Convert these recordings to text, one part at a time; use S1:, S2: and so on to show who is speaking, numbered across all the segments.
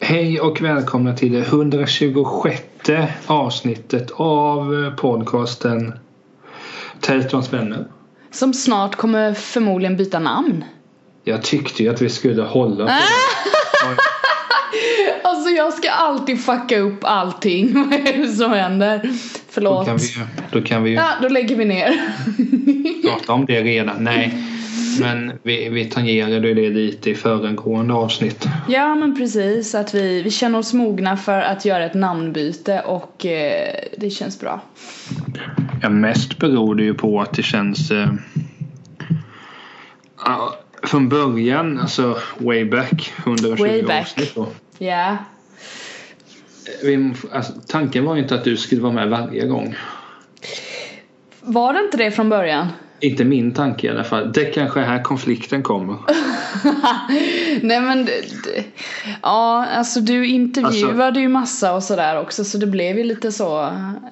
S1: Hej och välkomna till det 126 avsnittet av eh, podcasten Territons vänner.
S2: Som snart kommer förmodligen byta namn.
S1: Jag tyckte ju att vi skulle hålla på
S2: Ah!
S1: det.
S2: Alltså jag ska alltid fucka upp allting. Vad är det som händer?
S1: Då
S2: Förlåt.
S1: kan vi ju, då kan vi ju
S2: Ja, då lägger vi ner.
S1: prata om det redan. Nej, men vi, vi tangerade ju det lite i föregående avsnitt.
S2: ja men precis, att vi, vi känner oss mogna för att göra ett namnbyte och eh, det känns bra.
S1: Ja, mest beror det ju på att det känns... Eh, ja, från början, alltså way back, 120
S2: Way back.
S1: avsnitt då.
S2: Ja.
S1: Vi, alltså, tanken var ju inte att du skulle vara med varje gång.
S2: Var det inte det från början?
S1: Inte min tanke i alla fall. Det kanske är här konflikten kommer.
S2: Nej men d- d- Ja alltså du intervjuade
S1: Alltså-
S2: ju massa och sådär också så det blev ju lite så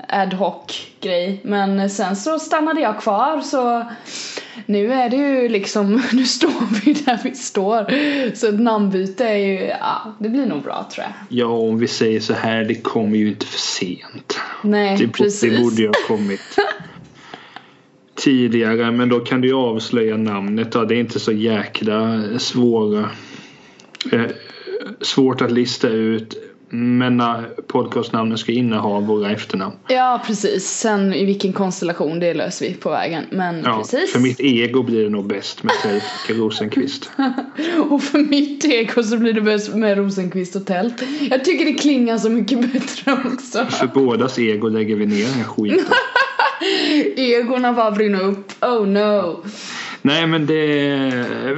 S2: ad hoc grej Men sen så stannade jag kvar så Nu är det ju liksom Nu står vi där vi står Så ett namnbyte är ju Ja det blir nog bra tror jag
S1: Ja, om vi säger så här, det kommer ju inte för sent.
S2: Nej
S1: Det, bo-
S2: precis
S1: det Typ borde ju ha kommit tidigare, men då kan du ju avslöja namnet. Då. Det är inte så jäkla svåra, eh, svårt att lista ut. Men när podcastnamnen ska inneha våra efternamn.
S2: Ja precis sen i vilken konstellation det löser vi på vägen Men
S1: Ja,
S2: precis
S1: För mitt ego blir det nog bäst med Fredrik Rosenqvist.
S2: Och för mitt eko så blir det bäst med Rosenqvist och tält Jag tycker det klingar så mycket bättre också
S1: För bådas ego lägger vi ner den här skiten.
S2: Egorna bara brinner upp. Oh no.
S1: Nej men det,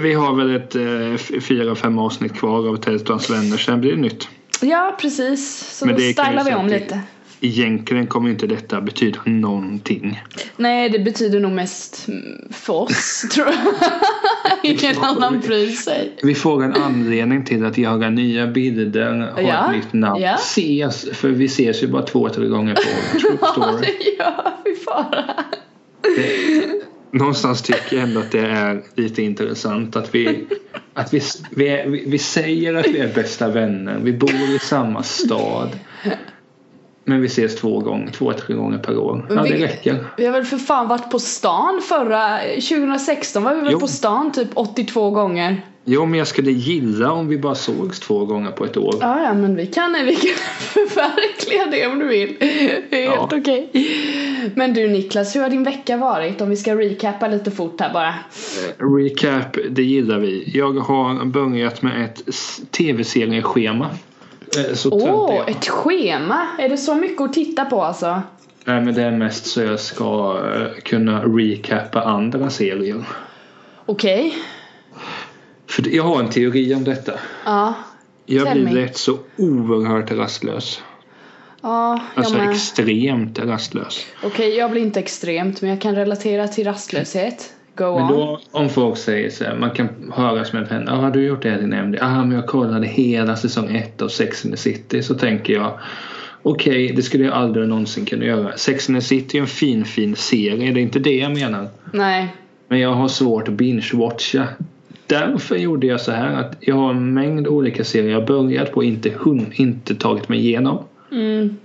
S1: vi har väl ett eh, f- fyra, fem avsnitt kvar av Tältans vänner. Sen blir det nytt.
S2: Ja, precis. Så
S1: Men
S2: då
S1: det kan vi
S2: stylar vi
S1: säga
S2: om
S1: att det-
S2: lite.
S1: Egentligen kommer inte detta betyda någonting.
S2: Nej, det betyder nog mest mm, för oss, tror jag. Ingen annan bryr sig.
S1: Vi får en anledning till att göra nya bilder, ha
S2: Ja,
S1: ett nytt namn.
S2: ja.
S1: Ses, för vi ses ju bara två, tre gånger på True
S2: Ja,
S1: Story.
S2: det gör vi bara.
S1: Någonstans tycker jag ändå att det är lite intressant att vi att vi, vi, är, vi, vi säger att vi är bästa vänner, vi bor i samma stad. Men vi ses två gånger, två, tre gånger per år. Ja, det
S2: Vi-
S1: räcker.
S2: Vi har väl för fan varit på stan förra... 2016 var vi väl
S1: Jo.
S2: på stan typ 82 gånger.
S1: Jo, men jag skulle gilla om vi bara sågs två gånger på ett år.
S2: Ja, ja, men vi kan, vi kan förverkliga det om du vill. Det är
S1: Ja.
S2: helt okej. Men du Niklas, hur har din vecka varit? Om vi ska recappa lite fort här bara.
S1: Recap, det gillar vi. Jag har börjat med ett s- tv-serieschema. Eh, Så tönt
S2: Åh,
S1: är jag.
S2: ett schema! Är det så mycket att titta på alltså?
S1: Nej, men det är mest så jag ska eh, kunna recappa andra serier.
S2: Okej.
S1: För det- jag har en teori om detta.
S2: Ja.
S1: Jag
S2: Tell
S1: blir
S2: me.
S1: lätt så oerhört rastlös.
S2: Ja, jag
S1: Alltså
S2: med.
S1: extremt rastlös.
S2: Okej, jag blir inte extremt men jag kan relatera till rastlöshet. Go
S1: Men
S2: on.
S1: då om folk säger så här, man kan höra som en vän, ah, har du gjort det i din MD? Ah, men jag kollade hela säsong 1 av Sex and the City. Så tänker jag, okej, det skulle jag aldrig någonsin kunna göra. Sex and the City är en fin, fin serie, det är inte det jag menar.
S2: Nej.
S1: Men jag har svårt att binge-watcha. Därför gjorde jag så här att jag har en mängd olika serier jag börjat på, inte, hun- inte tagit mig igenom.
S2: Mm.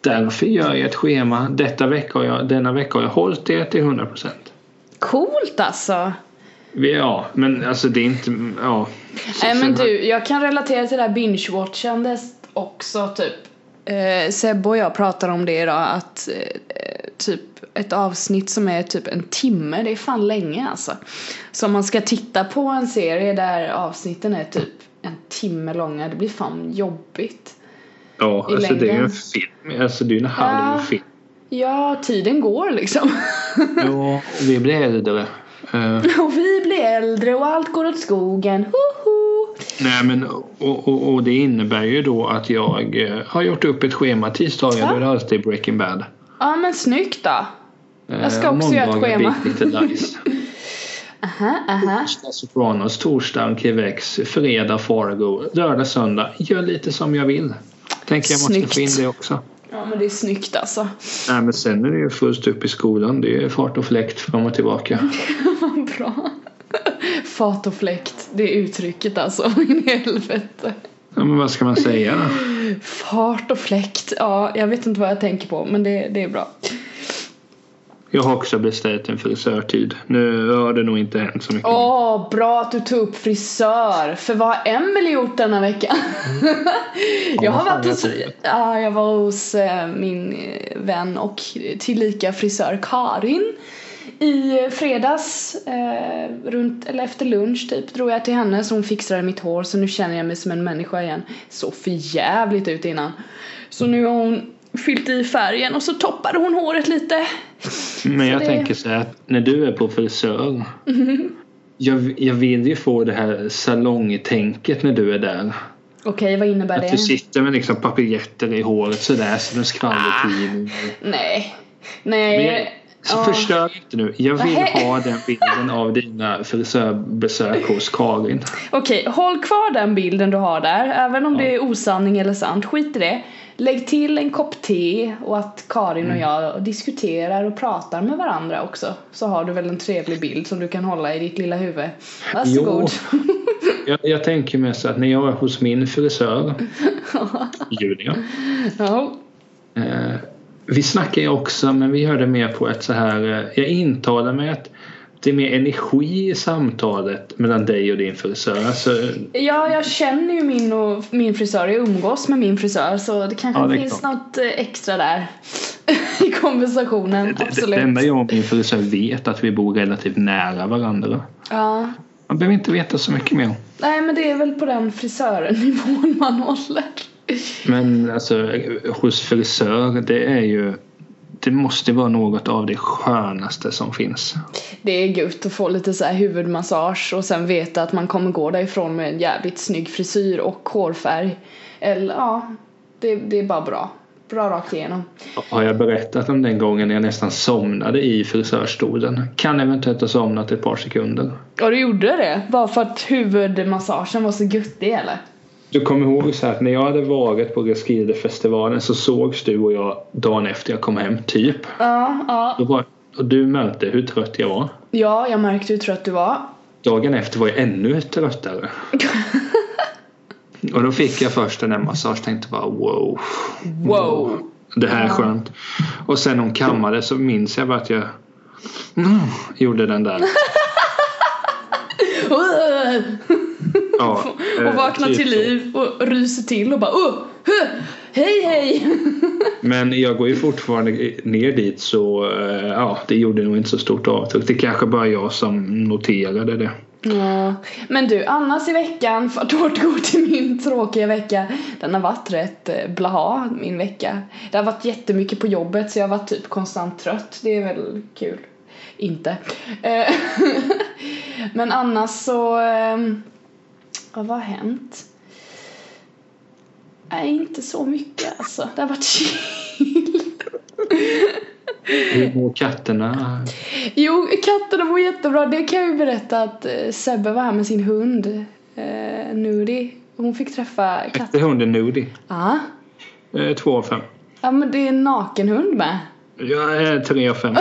S1: Därför gör jag ett schema. Detta vecka har jag, denna vecka har jag hållit det till 100%.
S2: Coolt alltså!
S1: Ja, men alltså det är inte... Ja. Alltså,
S2: Nej men du, jag kan relatera till det här binge-watchandet också typ. Eh, Sebbe och jag pratade om det idag att eh, typ ett avsnitt som är typ en timme, det är fan länge alltså. Så om man ska titta på en serie där avsnitten är typ en timme långa, det blir fan jobbigt.
S1: Ja,
S2: i
S1: alltså det är ju en
S2: längden.
S1: film. Alltså det är ju en halv
S2: Ja.
S1: film.
S2: Ja, tiden går liksom.
S1: Ja, och vi blir äldre. Eh,
S2: och vi blir äldre och allt går åt skogen, hoho!
S1: nej men och, och, och det innebär ju då att jag eh, har gjort upp ett schema. Tisdagar
S2: Ja.
S1: då är det alltid Breaking Bad.
S2: Ja men snyggt då!
S1: Eh,
S2: Jag ska
S1: och
S2: också göra ett
S1: måndagar
S2: schema.
S1: blir Lite nice.
S2: Aha, aha.
S1: Onsdag Sopranos, torsdag Quebex, fredag Fargo, lördag söndag. Gör lite som jag vill. Tänker jag måste
S2: Snyggt.
S1: få in det också.
S2: Ja men det är snyggt alltså.
S1: Nej, men sen är det ju fullt upp i skolan. Det är fart och fläkt fram och tillbaka.
S2: Vad bra. Fat och fläkt, det är uttrycket alltså. In i helvete.
S1: Ja, men vad ska man säga då?
S2: Fart och fläkt, ja jag vet inte vad jag tänker på men det, det är bra.
S1: Jag har också beställt en frisörtid. Nu har det nog inte hänt så mycket.
S2: Åh, bra att du tog upp frisör! För vad har Emelie gjort denna vecka?
S1: Mm.
S2: jag har varit hos, ja, jag var hos eh, min eh, vän och tillika frisör Karin i fredags, eh, runt, eller efter lunch typ, drog jag till henne så hon fixade mitt hår så nu känner jag mig som en människa igen. Så förjävligt ut innan. Så nu har hon fyllt i färgen och så toppade hon håret lite.
S1: Men jag
S2: det- Mhm.
S1: tänker så här att när du är på frisör. jag, jag vill ju få det här salongtänket när du är där.
S2: Okej, vad innebär
S1: Att
S2: det?
S1: du sitter med liksom papiljetter i håret sådär som en skvallertidning.
S2: Nej. Nej.
S1: Men jag- Så
S2: Ja.
S1: förstör inte nu. Jag vill
S2: Ah. Nej.
S1: ha den bilden av dina frisörbesök hos Karin.
S2: Okej, håll kvar den bilden du har där, även om det är osanning eller sant, skit i det. Lägg till en kopp te och att Karin
S1: Mm.
S2: och jag diskuterar och pratar med varandra också. Så har du väl en trevlig bild som du kan hålla i ditt lilla huvud. Varsågod.
S1: Jag, jag tänker mig så att när jag är hos min frisör, Julia.
S2: ja.
S1: Eh, vi snackar ju också, men vi hör det mer på ett så här... Eh, jag intalar mig att det är mer energi i samtalet mellan dig och din frisör. Alltså,
S2: ja, jag känner ju min, och, min frisör, jag umgås med min frisör så det kanske
S1: Ja, det är
S2: finns något eh, extra där i konversationen.
S1: det,
S2: Absolut.
S1: det enda jag och min frisör vet är att vi bor relativt nära varandra.
S2: Ja.
S1: Man behöver inte veta så mycket mer.
S2: Nej men det är väl på den frisörnivån man håller.
S1: Men alltså, hos frisör, det är ju... Det måste vara något av det skönaste som finns.
S2: Det är gött att få lite så här huvudmassage och sen veta att man kommer gå därifrån med en jävligt snygg frisyr och hårfärg. Eller ja, det, det är bara bra. Bra rakt igenom.
S1: Har jag berättat om den gången jag nästan somnade i frisörstolen? Kan eventuellt ha somnat ett par sekunder.
S2: Och du gjorde det? Bara för att huvudmassagen var så göttig eller?
S1: Du kommer ihåg så här att när jag hade varit på Roskildefestivalen så sågs du och jag dagen efter jag kom hem, typ.
S2: Ja, ja.
S1: Då var, och du märkte hur trött jag var.
S2: Ja, jag märkte hur trött du var.
S1: Dagen efter var jag ännu tröttare. och då fick jag först en där massage tänkte bara wow.
S2: Wow.
S1: Det här är skönt. Och sen hon kammade så minns jag bara att jag mm, gjorde den där. Ja,
S2: och
S1: eh,
S2: vaknar
S1: typ
S2: till
S1: så.
S2: liv och ryser till och bara uh, huh, hej hej!
S1: Men jag går ju fortfarande ner dit så eh, ja, det gjorde nog inte så stort avtryck. Det kanske bara jag som noterade det.
S2: Ja, men du, annars i veckan, för att återgå till min tråkiga vecka, den har varit rätt eh, blaha, min vecka. Det har varit jättemycket på jobbet så jag har varit typ konstant trött, det är väl kul. Inte. Eh, men annars så, ehm, ja, vad har hänt? Nej, inte så mycket alltså. Det har varit chill.
S1: Hur mår katterna?
S2: Jo, katterna mår jättebra. Det kan jag ju berätta att eh, Sebbe var här med sin hund eh, Nuri. Hon fick träffa katt...
S1: Hette hunden Nudi?
S2: Ja.
S1: Eh, Två av fem.
S2: ja, men det är en nakenhund med.
S1: Jag är eh, tre av fem.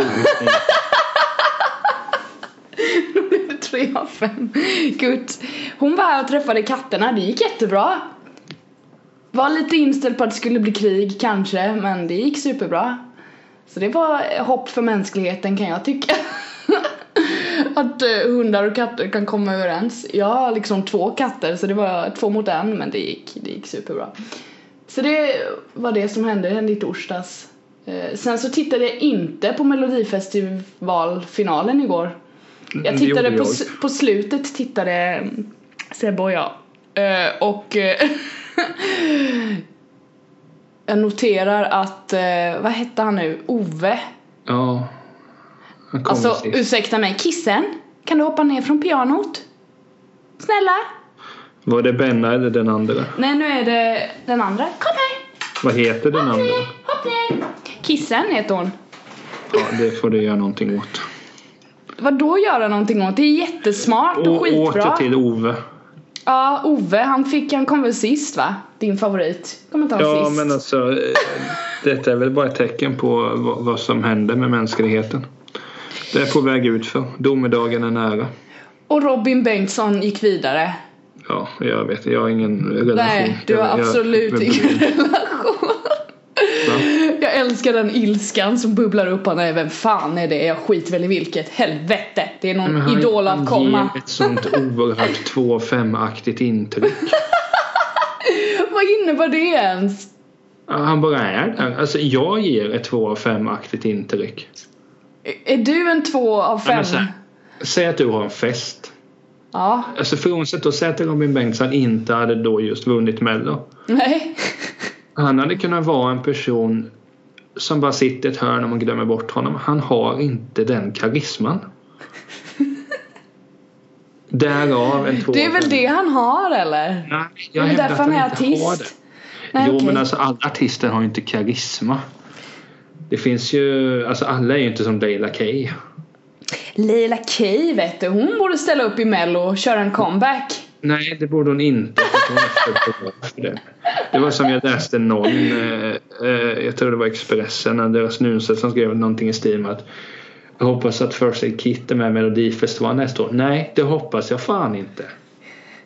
S2: Då blev det tre av fem. Gud. Hon var här och träffade katterna. Det gick jättebra. Var lite inställd på att det skulle bli krig kanske, men det gick superbra. Så det var hopp för mänskligheten kan jag tycka. Att eh, hundar och katter kan komma överens. Jag har liksom två katter så det var två mot en men det gick, det gick superbra. Så det var det som hände, det hände i torsdags. Eh, Sen så tittade jag inte på melodifestivalfinalen igår. Jag
S1: Mm, det
S2: tittade
S1: gjorde
S2: på,
S1: jag.
S2: s- på slutet tittade mm, Sebbe och jag. Eh, Och eh, jag noterar att, eh, vad hette han nu, Ove
S1: Ja. Han kom
S2: Alltså
S1: sist.
S2: ursäkta mig, kissen? Kan du hoppa ner från pianot? Snälla?
S1: Var det Benna eller den andra?
S2: Nej nu är det den andra. Kom här!
S1: Vad heter den andra?
S2: Hopp ner! Kissen heter hon.
S1: Ja, det får du göra någonting åt.
S2: vad då göra någonting åt? Det är jättesmart och,
S1: Och
S2: skitbra.
S1: åter till Ove.
S2: Ja, Ove, han fick, han kom väl sist va? Din favorit. Kom inte han
S1: Ja,
S2: sist?
S1: men alltså. eh, Detta är väl bara ett tecken på vad, vad som händer med mänskligheten. Det är på väg ut för. Domedagen är nära.
S2: Och Robin Bengtsson gick vidare.
S1: Ja, jag vet. Jag har ingen relation.
S2: Nej, du har
S1: Jag- jag-
S2: absolut
S1: jag-
S2: ingen relation.
S1: Va?
S2: Jag älskar den ilskan som bubblar upp. Han är, vem fan är det? Jag skiter väl i vilket. Helvete! Det är
S1: Men
S2: någon
S1: han-
S2: idol
S1: han
S2: att komma.
S1: ger ett sånt oerhört 2-5-aktigt intryck.
S2: Vad innebär det ens?
S1: Ja, Han bara är där. Alltså jag ger ett 2-5-aktigt intryck.
S2: Är- Är du en två av
S1: Ja,
S2: fem?
S1: men så här, Säg att du har en fest.
S2: Ja.
S1: Alltså frånsett att säga att Robin Bengtsson inte hade då just vunnit Mello.
S2: Nej.
S1: Han hade kunnat vara en person som bara sitter i ett hörn och man glömmer bort honom. Han har inte den karisman. Därav en två.
S2: Det är väl det han har eller?
S1: Nej,
S2: Det
S1: jag
S2: är väl
S1: hävdar att
S2: därför han är
S1: inte har det.
S2: artist? Nej,
S1: jo
S2: okej.
S1: men alltså alla artister har ju inte karisma. Det finns ju, alltså alla är ju inte som Leila Kay.
S2: Leila Kay vet du, hon borde ställa upp i mello och köra en comeback.
S1: Nej det borde hon inte. för hon är för bra för det. det var som jag läste någon, eh, eh, jag tror det var Expressen, när deras Nunstedt som skrev någonting i stil med att jag hoppas att First Aid Kit är med i Melodifestivalen nästa år. Nej, det hoppas jag fan inte.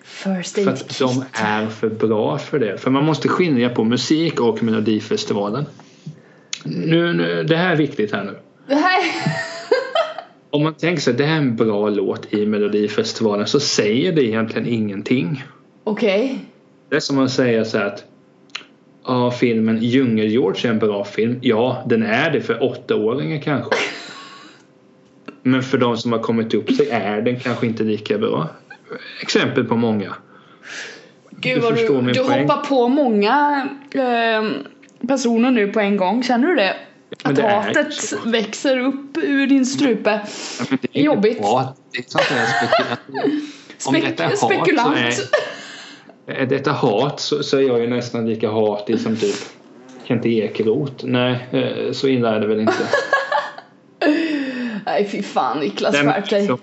S2: First
S1: För
S2: aid
S1: att
S2: kit.
S1: de är för bra för det. För man måste skilja på musik och Melodifestivalen. Nu, nu, det här är viktigt här nu.
S2: Det här...
S1: Om man tänker sig att det här är en bra låt i Melodifestivalen så säger det egentligen ingenting.
S2: Okej.
S1: Det är som att säga så här att Ja, filmen Djungel-George är en bra film. Ja, den är det för åttaåringar kanske. Men för de som har kommit upp sig är den kanske inte lika bra. Exempel på många.
S2: Gud
S1: Du
S2: vad
S1: förstår
S2: du,
S1: min
S2: du
S1: poäng.
S2: hoppar på många ehm, personer nu på en gång. Känner du det?
S1: men
S2: Att
S1: det är ju
S2: hatet
S1: så.
S2: växer upp ur din strupe. är ju Jobbigt. bra.
S1: Det är sånt där
S2: Spek- spekulant.
S1: är detta hat så, så är jag ju nästan lika hatig som typ Kent Ekeroth. Nej, eh, så illa är det väl inte.
S2: Nej fy fan Niklas,
S1: Nej, men
S2: skärp dig.
S1: liksom,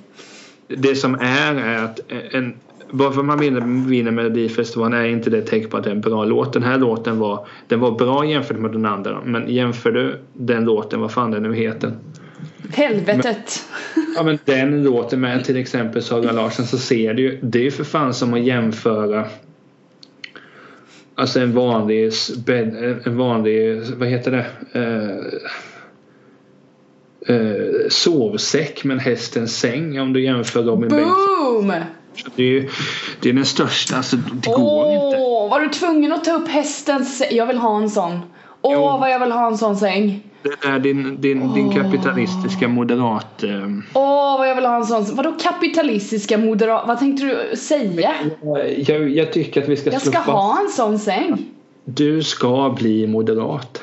S1: det som är är att en, bara för att man vinner, vinner Melodifestivalen är inte det ett tecken på att det är en bra låt. Den här låten var, den var bra jämfört med den andra. Men jämför du den låten, vad fan den nu heter.
S2: Helvetet.
S1: Ja men den låten med till exempel Sara Larsson så ser du ju. Det är ju för fan som att jämföra Alltså en vanlig, s- bed- en vanlig, vad heter det? Eh, eh, sovsäck med en hästens säng om du jämför Robin Bengtsson.
S2: Boom!
S1: Det är ju det är den största, alltså det går inte.
S2: Åh, var du tvungen att ta upp hästens säng? Jag vill ha en sån. Åh,
S1: Jo.
S2: vad jag vill ha en sån säng.
S1: Det är din, din, din kapitalistiska moderat... Eh,
S2: Åh, vad jag vill ha en sån. Vadå kapitalistiska moderat? Vad tänkte du säga?
S1: jag, jag tycker att vi ska
S2: Jag ska ha en sån säng.
S1: Du ska bli moderat.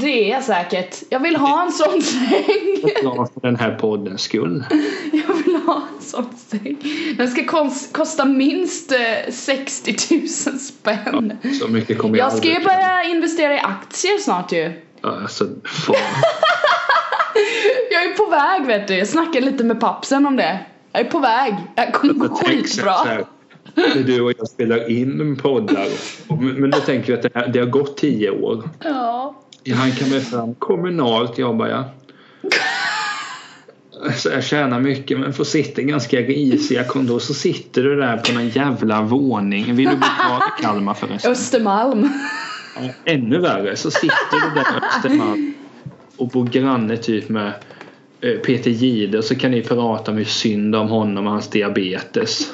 S2: Det är jag säkert. Jag vill ha en sån säng.
S1: bra för den här poddens skull.
S2: Jag vill ha en sån säng. Den ska kons- kosta minst eh, 60 000 spänn.
S1: Så mycket kommer jag
S2: Jag ska ju
S1: aldrig kunna.
S2: börja investera i aktier snart ju.
S1: Ja, Alltså, fan.
S2: Jag är på väg vet du. Jag snackade lite med pappsen om det. Jag är på väg. Jag kommer gå
S1: Jag tänker så
S2: skitbra.
S1: här, När du och jag spelar in poddar. och- Men då tänker jag att det, här, det har gått tio år.
S2: Ja.
S1: Han kan väl fram kommunalt jobbar jag. Så jag tjänar mycket men får sitta i ganska risiga kontor. Så sitter du där på någon jävla våning. Vill du bo kvar i Kalmar förresten?
S2: Östermalm.
S1: Ännu värre så sitter du där på Östermalm och bor granne typ med eh, Peter Jihde och så kan ni prata om hur synd om honom och hans diabetes.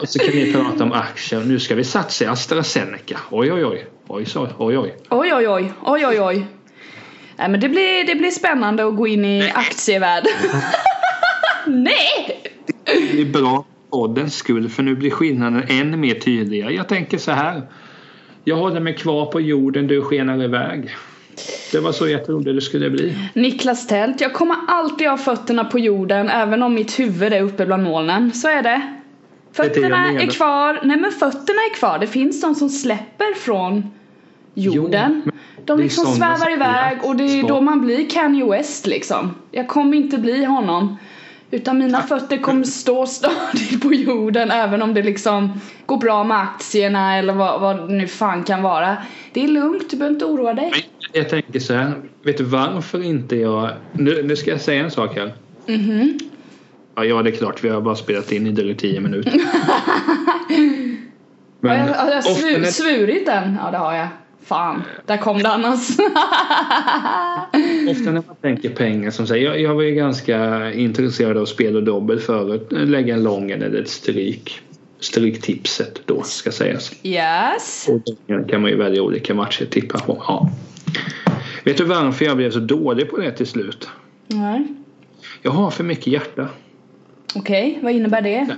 S1: Och så kan ni prata om aktier. Nu ska vi satsa i AstraZeneca. Oj oj oj. Oj oj oj. oj.
S2: Oj, oj, oj. Oj, oj, oj. Nej, men det blir, det blir spännande att gå in i aktievärlden. Nej!
S1: Det är bra för poddens skull för nu blir skillnaden än mer tydligare. Jag tänker så här. Jag håller mig kvar på jorden, du skenar iväg. Det var så jag trodde det skulle bli.
S2: Niklas Tält, jag kommer alltid ha fötterna på jorden även om mitt huvud är uppe bland molnen. Så är det.
S1: är det jag
S2: Fötterna
S1: menar.
S2: är kvar. Nej men fötterna är kvar. Det finns de som släpper från jorden.
S1: Jo, Det
S2: De
S1: är
S2: liksom
S1: sådana
S2: svävar
S1: som
S2: iväg
S1: jag
S2: och det är
S1: ska-
S2: då man blir Kanye West liksom. Jag kommer inte bli honom. Utan mina fötter kommer stå stadigt på jorden även om det liksom går bra med aktierna eller vad, vad det nu fan kan vara. Det är lugnt, du behöver inte oroa dig.
S1: Men jag tänker så här. Vet du varför inte jag... Nu, nu ska jag säga en sak här.
S2: Mhm.
S1: Ja, ja, det är klart. Vi har bara spelat in i drygt 10 minuter.
S2: Har jag, har jag
S1: ofta
S2: svu,
S1: när-
S2: svurit den? Ja det har jag. Fan, där kom det annars.
S1: Ofta när man tänker pengar som säger, jag, jag var ju ganska intresserad av spel och dobbel förut. Lägga en lång eller ett stryk. Stryktipset då ska sägas.
S2: yes.
S1: Och då kan man ju välja olika matcher att tippa på. Ja. Vet du varför jag blev så dålig på det till slut?
S2: Nej.
S1: Jag har för mycket hjärta.
S2: Okej, vad innebär det?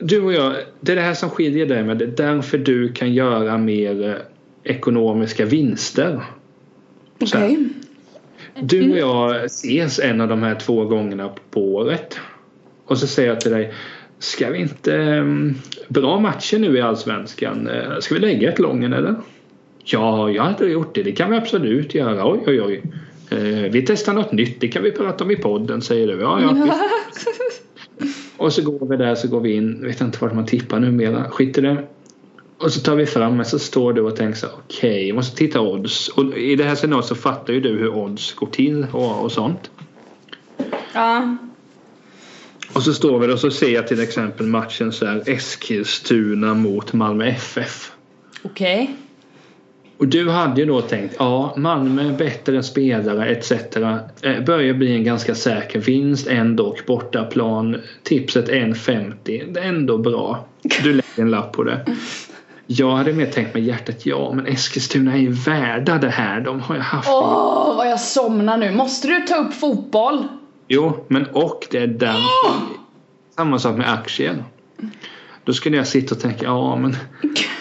S1: Du och jag, det är det här som skiljer dig med. Det är därför du kan göra mer eh, ekonomiska vinster. Så här.
S2: Okej.
S1: Du och jag ses en av de här två gångerna på året. Och så säger jag till dig Ska vi inte... ehm, Bra matcher nu i Allsvenskan. Eh, Ska vi lägga ett Lången eller? Ja, jag hade gjort det. Det kan vi absolut göra. Oj, oj, oj. Eh, Vi testar något nytt. Det kan vi prata om i podden, säger du. Ja, ja. visst. Och så går vi där, så går vi in. Vet inte vart man tippar numera. Skit i det. Och så tar vi fram men så står du och tänker så här, okej, jag måste titta odds. Och i det här scenariot så fattar ju du hur odds går till och, och sånt.
S2: ja.
S1: Och så står vi där och så ser jag till exempel matchen så här Eskilstuna mot Malmö FF.
S2: Okej.
S1: Och du hade ju då tänkt, ja Malmö bättre spelare etc. Eh, Börjar bli en ganska säker vinst, ändå bortaplan. Tipset 1,50. Det är ändå bra. Du lägger en lapp på det. Jag hade mer tänkt med hjärtat, ja men Eskilstuna är ju värda det här. De har ju haft.
S2: Åh, vad jag somnar nu. Måste du ta upp fotboll?
S1: Jo, men och det är den.
S2: Åh!
S1: Samma sak med aktier. Då skulle jag sitta och tänka, ja men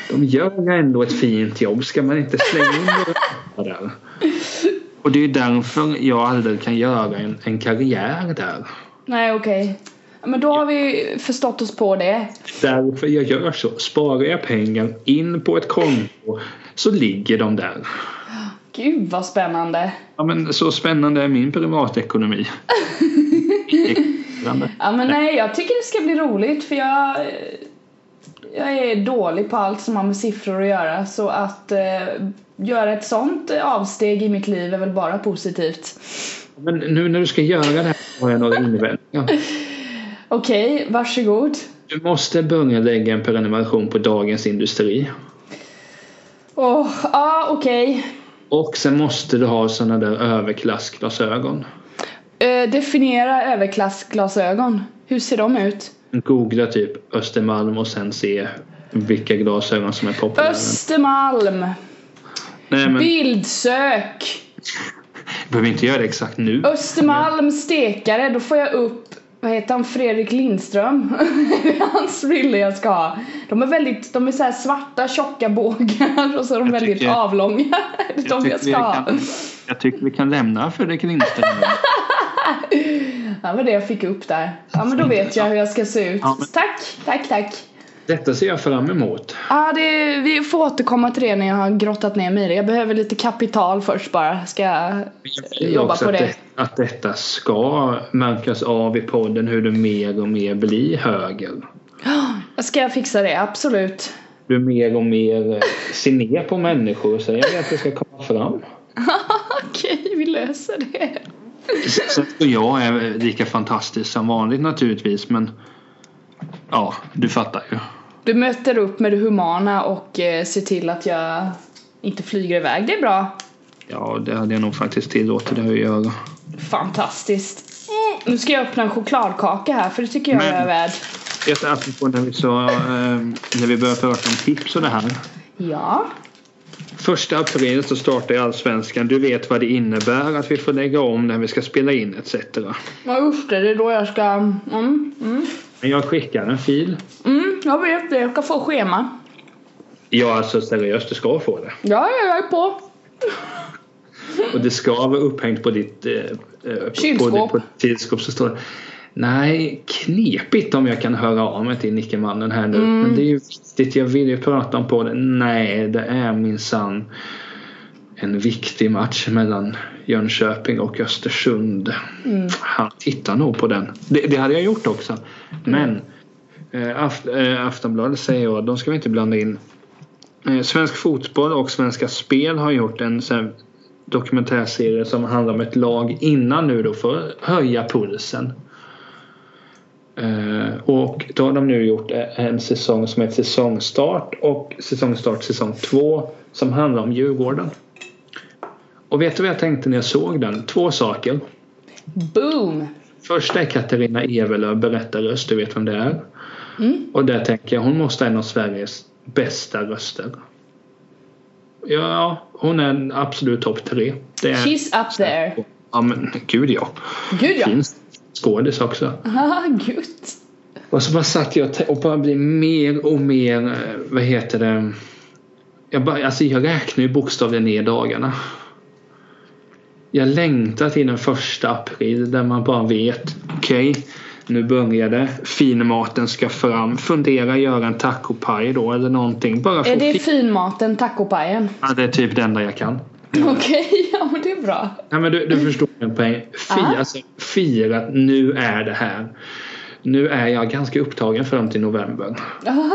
S1: de gör ju ändå ett fint jobb. Ska man inte slänga in några där? Och det är ju därför jag aldrig kan göra en, en karriär där.
S2: Nej, okej. Ja, Men då har vi förstått oss på det.
S1: Därför jag gör så. Sparar jag pengar in på ett konto så ligger de där.
S2: Gud vad spännande.
S1: Ja, men så spännande är min privatekonomi.
S2: Ja, men nej, jag tycker det ska bli roligt för jag... eh, Jag är dålig på allt som har med siffror att göra så att eh, göra ett sånt avsteg i mitt liv är väl bara positivt.
S1: Men nu när du ska göra det här har jag några invändningar.
S2: Okej, varsågod.
S1: Du måste börja lägga en prenumeration på Dagens Industri.
S2: Åh, ja okej.
S1: Och sen måste du ha såna där överklassglasögon.
S2: Eh, definiera överklassglasögon. Hur ser de ut?
S1: Googla typ Östermalm och sen se vilka glasögon som är populära.
S2: Östermalm.
S1: Nej men, vi
S2: Bildsök.
S1: behöver inte göra det exakt nu.
S2: Östermalm stekare. Då får jag upp, vad heter han, Fredrik Lindström. Det är Hans brillor jag ska ha. De är väldigt, de är så här svarta tjocka bågar och så är de
S1: Jag
S2: väldigt
S1: tycker-
S2: avlånga. Det
S1: Jag
S2: är de
S1: tycker
S2: jag
S1: vi
S2: ska ha.
S1: kan- Jag tycker vi kan lämna Fredrik Lindström.
S2: Ja, det var det jag fick upp där. Ja, men då vet jag hur jag ska se ut.
S1: Ja, men-
S2: Tack, tack, tack.
S1: Detta ser jag fram emot.
S2: Ja, det, vi får återkomma till det när jag har grottat ner mig i det. Jag behöver lite kapital först bara. Ska jag
S1: Jag vill
S2: jobba
S1: också
S2: på
S1: att,
S2: det.
S1: det- att detta ska märkas av i podden hur du mer och mer blir höger.
S2: Jag ska fixa det, absolut.
S1: Du mer och mer eh, ser ner på människor och säger att det ska komma fram.
S2: Okej, vi löser det.
S1: Sen och jag är lika fantastisk som vanligt naturligtvis men Ja, du fattar ju.
S2: Du möter upp med det humana och eh, ser till att jag inte flyger iväg. Det är bra.
S1: Ja, det hade jag nog faktiskt tillåtit dig att göra.
S2: Fantastiskt. Mm, Nu ska jag öppna en chokladkaka här för det tycker jag
S1: Men-
S2: jag är värd.
S1: Just apropå när vi sa, eh, när vi började prata om tips och det här.
S2: Ja.
S1: Första april så startar ju Allsvenskan. Du vet vad det innebär att vi får lägga om när vi ska spela in etc.
S2: Ja just det, det är då jag ska... Mm, mm.
S1: Men jag skickar en fil.
S2: mm jag vet det. Jag ska få schema.
S1: Ja, alltså seriöst, du ska få det.
S2: Ja, ja, jag är på.
S1: Och det ska vara upphängt på ditt eh, eh,
S2: Kylskåp.
S1: På, ditt- på ditt kylskåp så står det Nej, knepigt om jag kan höra av mig till Nickemannen här nu. Men det är ju viktigt, jag vill ju prata om podden. Nej, det är minsann en viktig match mellan Jönköping och Östersund. Mm. Han tittar nog på den. Det, det hade jag gjort också. Men eh, Aft, eh, Aftonbladet säger att de ska vi inte blanda in. Eh, Svensk fotboll och Svenska Spel har gjort en så här, dokumentärserie som handlar om ett lag innan nu då för att höja pulsen. Eh, och då har de nu gjort en säsong som heter säsongstart och säsongstart säsong 2 som handlar om Djurgården. Och vet du vad jag tänkte när jag såg den? Två saker.
S2: Boom!
S1: Första är Katarina Evelöv berättarröst, du vet vem det är. Mm. Och där tänker jag hon måste ha en av Sveriges bästa röster. Ja, hon är en absolut topp tre. Det är
S2: She's up there.
S1: Ja men gud ja.
S2: Gud ja.
S1: Finns skådis också.
S2: Ah, gud.
S1: Och så bara satt jag och bara blev mer och mer, eh, vad heter det, jag, bara, alltså jag räknar ju bokstavligen ner dagarna. Jag längtar till den första april där man bara vet, okej, okay, nu börjar det, finmaten ska fram, fundera göra en tacopaj då eller någonting. Bara
S2: är det finmaten, tacopajen?
S1: Ja, det är typ det enda jag kan.
S2: Okej, okay, ja men det är bra.
S1: Ja, men du, du förstår min poäng. Fira, alltså, fira att nu är det här. Nu är jag ganska upptagen fram till november.
S2: Aha.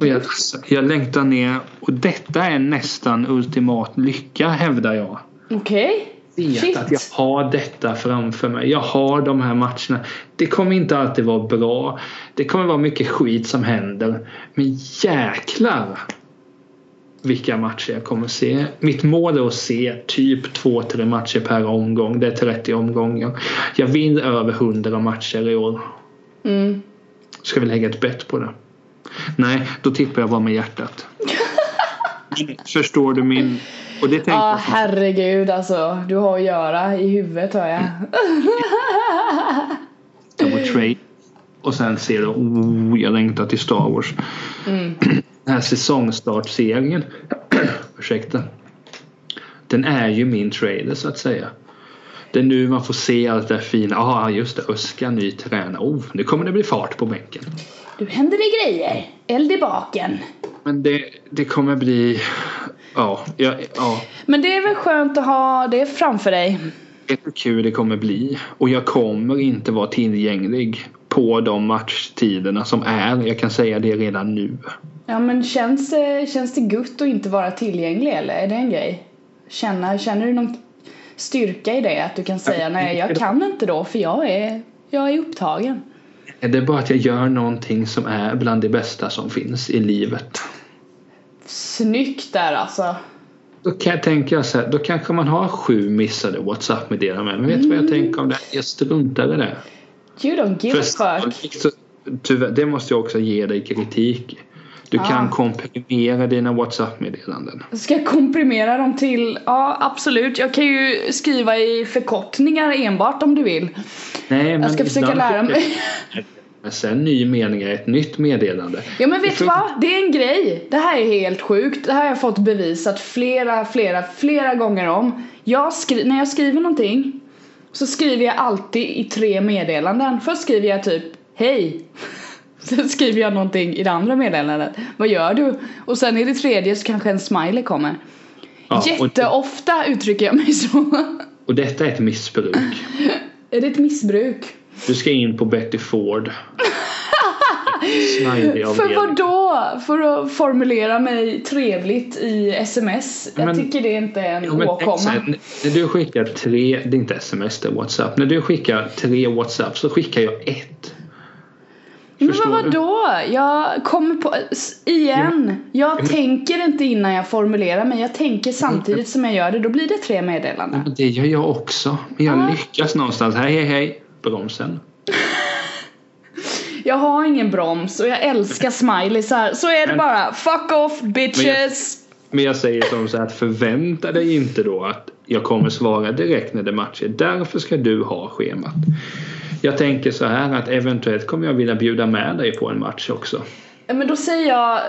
S1: Jag, alltså, jag längtar ner och detta är nästan ultimat lycka hävdar jag.
S2: Okej.
S1: Okay. Vet Shit. att jag har detta framför mig. Jag har de här matcherna. Det kommer inte alltid vara bra. Det kommer vara mycket skit som händer. Men jäklar vilka matcher jag kommer se. Mitt mål är att se typ 2-3 matcher per omgång. Det är 30 omgångar. Jag vinner över 100 matcher i år.
S2: Mm.
S1: Ska vi lägga ett bett på det? Nej, då tippar jag bara med hjärtat. Förstår du min...
S2: Och det ja, ah, herregud alltså. Du har att göra i huvudet hör jag.
S1: jag var trade. Och sen ser du, oh, jag längtar till Star Wars.
S2: Mm.
S1: Den här säsongstartserien, ursäkta. Den är ju min trailer så att säga. Det är nu man får se allt det här fina. Ja, ah, just det. Öska, ny tränare. Oh, nu kommer det bli fart på bänken.
S2: Nu händer det grejer. Eld i baken.
S1: Men det, det kommer bli... Ja, ja, ja.
S2: Men det är väl skönt att ha det framför dig?
S1: Vet hur kul det kommer bli. Och jag kommer inte vara tillgänglig på de matchtiderna som är. Jag kan säga det redan nu.
S2: Ja men känns, eh, känns det gutt att inte vara tillgänglig eller? Är det en grej? Känner, känner du någon styrka i det? Att du kan säga nej jag kan inte då för jag är, jag är upptagen.
S1: Det är bara att jag gör någonting som är bland det bästa som finns i livet.
S2: Snyggt där alltså.
S1: Då kan jag tänka så här, då kanske man har sju missade WhatsApp-meddelanden. Men vet du mm. vad jag tänker om det? Jag struntar i det.
S2: You don't give Först, a fuck.
S1: Så, tyvärr, det måste jag också ge dig kritik Du ja. kan komprimera dina WhatsApp-meddelanden.
S2: Ska jag komprimera dem till, ja absolut. Jag kan ju skriva i förkortningar enbart om du vill.
S1: Nej, men
S2: jag ska försöka lära mig.
S1: Men sen ny mening är ett nytt meddelande.
S2: Ja men vet du vad? Det är en grej. Det här är helt sjukt. Det här har jag fått bevisat flera, flera, flera gånger om. Jag skri- när jag skriver någonting så skriver jag alltid i tre meddelanden. Först skriver jag typ Hej! Sen skriver jag någonting i det andra meddelandet. Vad gör du? Och sen i det tredje så kanske en smiley kommer. Ja, Jätteofta det... uttrycker jag mig så.
S1: Och detta är ett missbruk.
S2: Är det ett missbruk?
S1: Du ska in på Betty Ford.
S2: För vad då? För att formulera mig trevligt i sms? Jag men, tycker det inte är en ja, åkomma.
S1: När du skickar tre, det är inte sms det är whatsapp. När du skickar tre whatsapp så skickar jag ett.
S2: Men Förstår vad då? Jag kommer på, igen, jag men, tänker inte innan jag formulerar mig. Jag tänker samtidigt som jag gör det. Då blir det tre meddelanden.
S1: Men det gör jag också. Men jag ah. lyckas någonstans. Hej, hej, hej. Bromsen.
S2: jag har ingen broms och jag älskar smileysar. Så är det bara. Fuck off bitches!
S1: Men jag, men jag säger som så här att förvänta dig inte då att jag kommer svara direkt när det är matcher. Därför ska du ha schemat. Jag tänker så här att eventuellt kommer jag vilja bjuda med dig på en match också.
S2: Men då säger jag eh,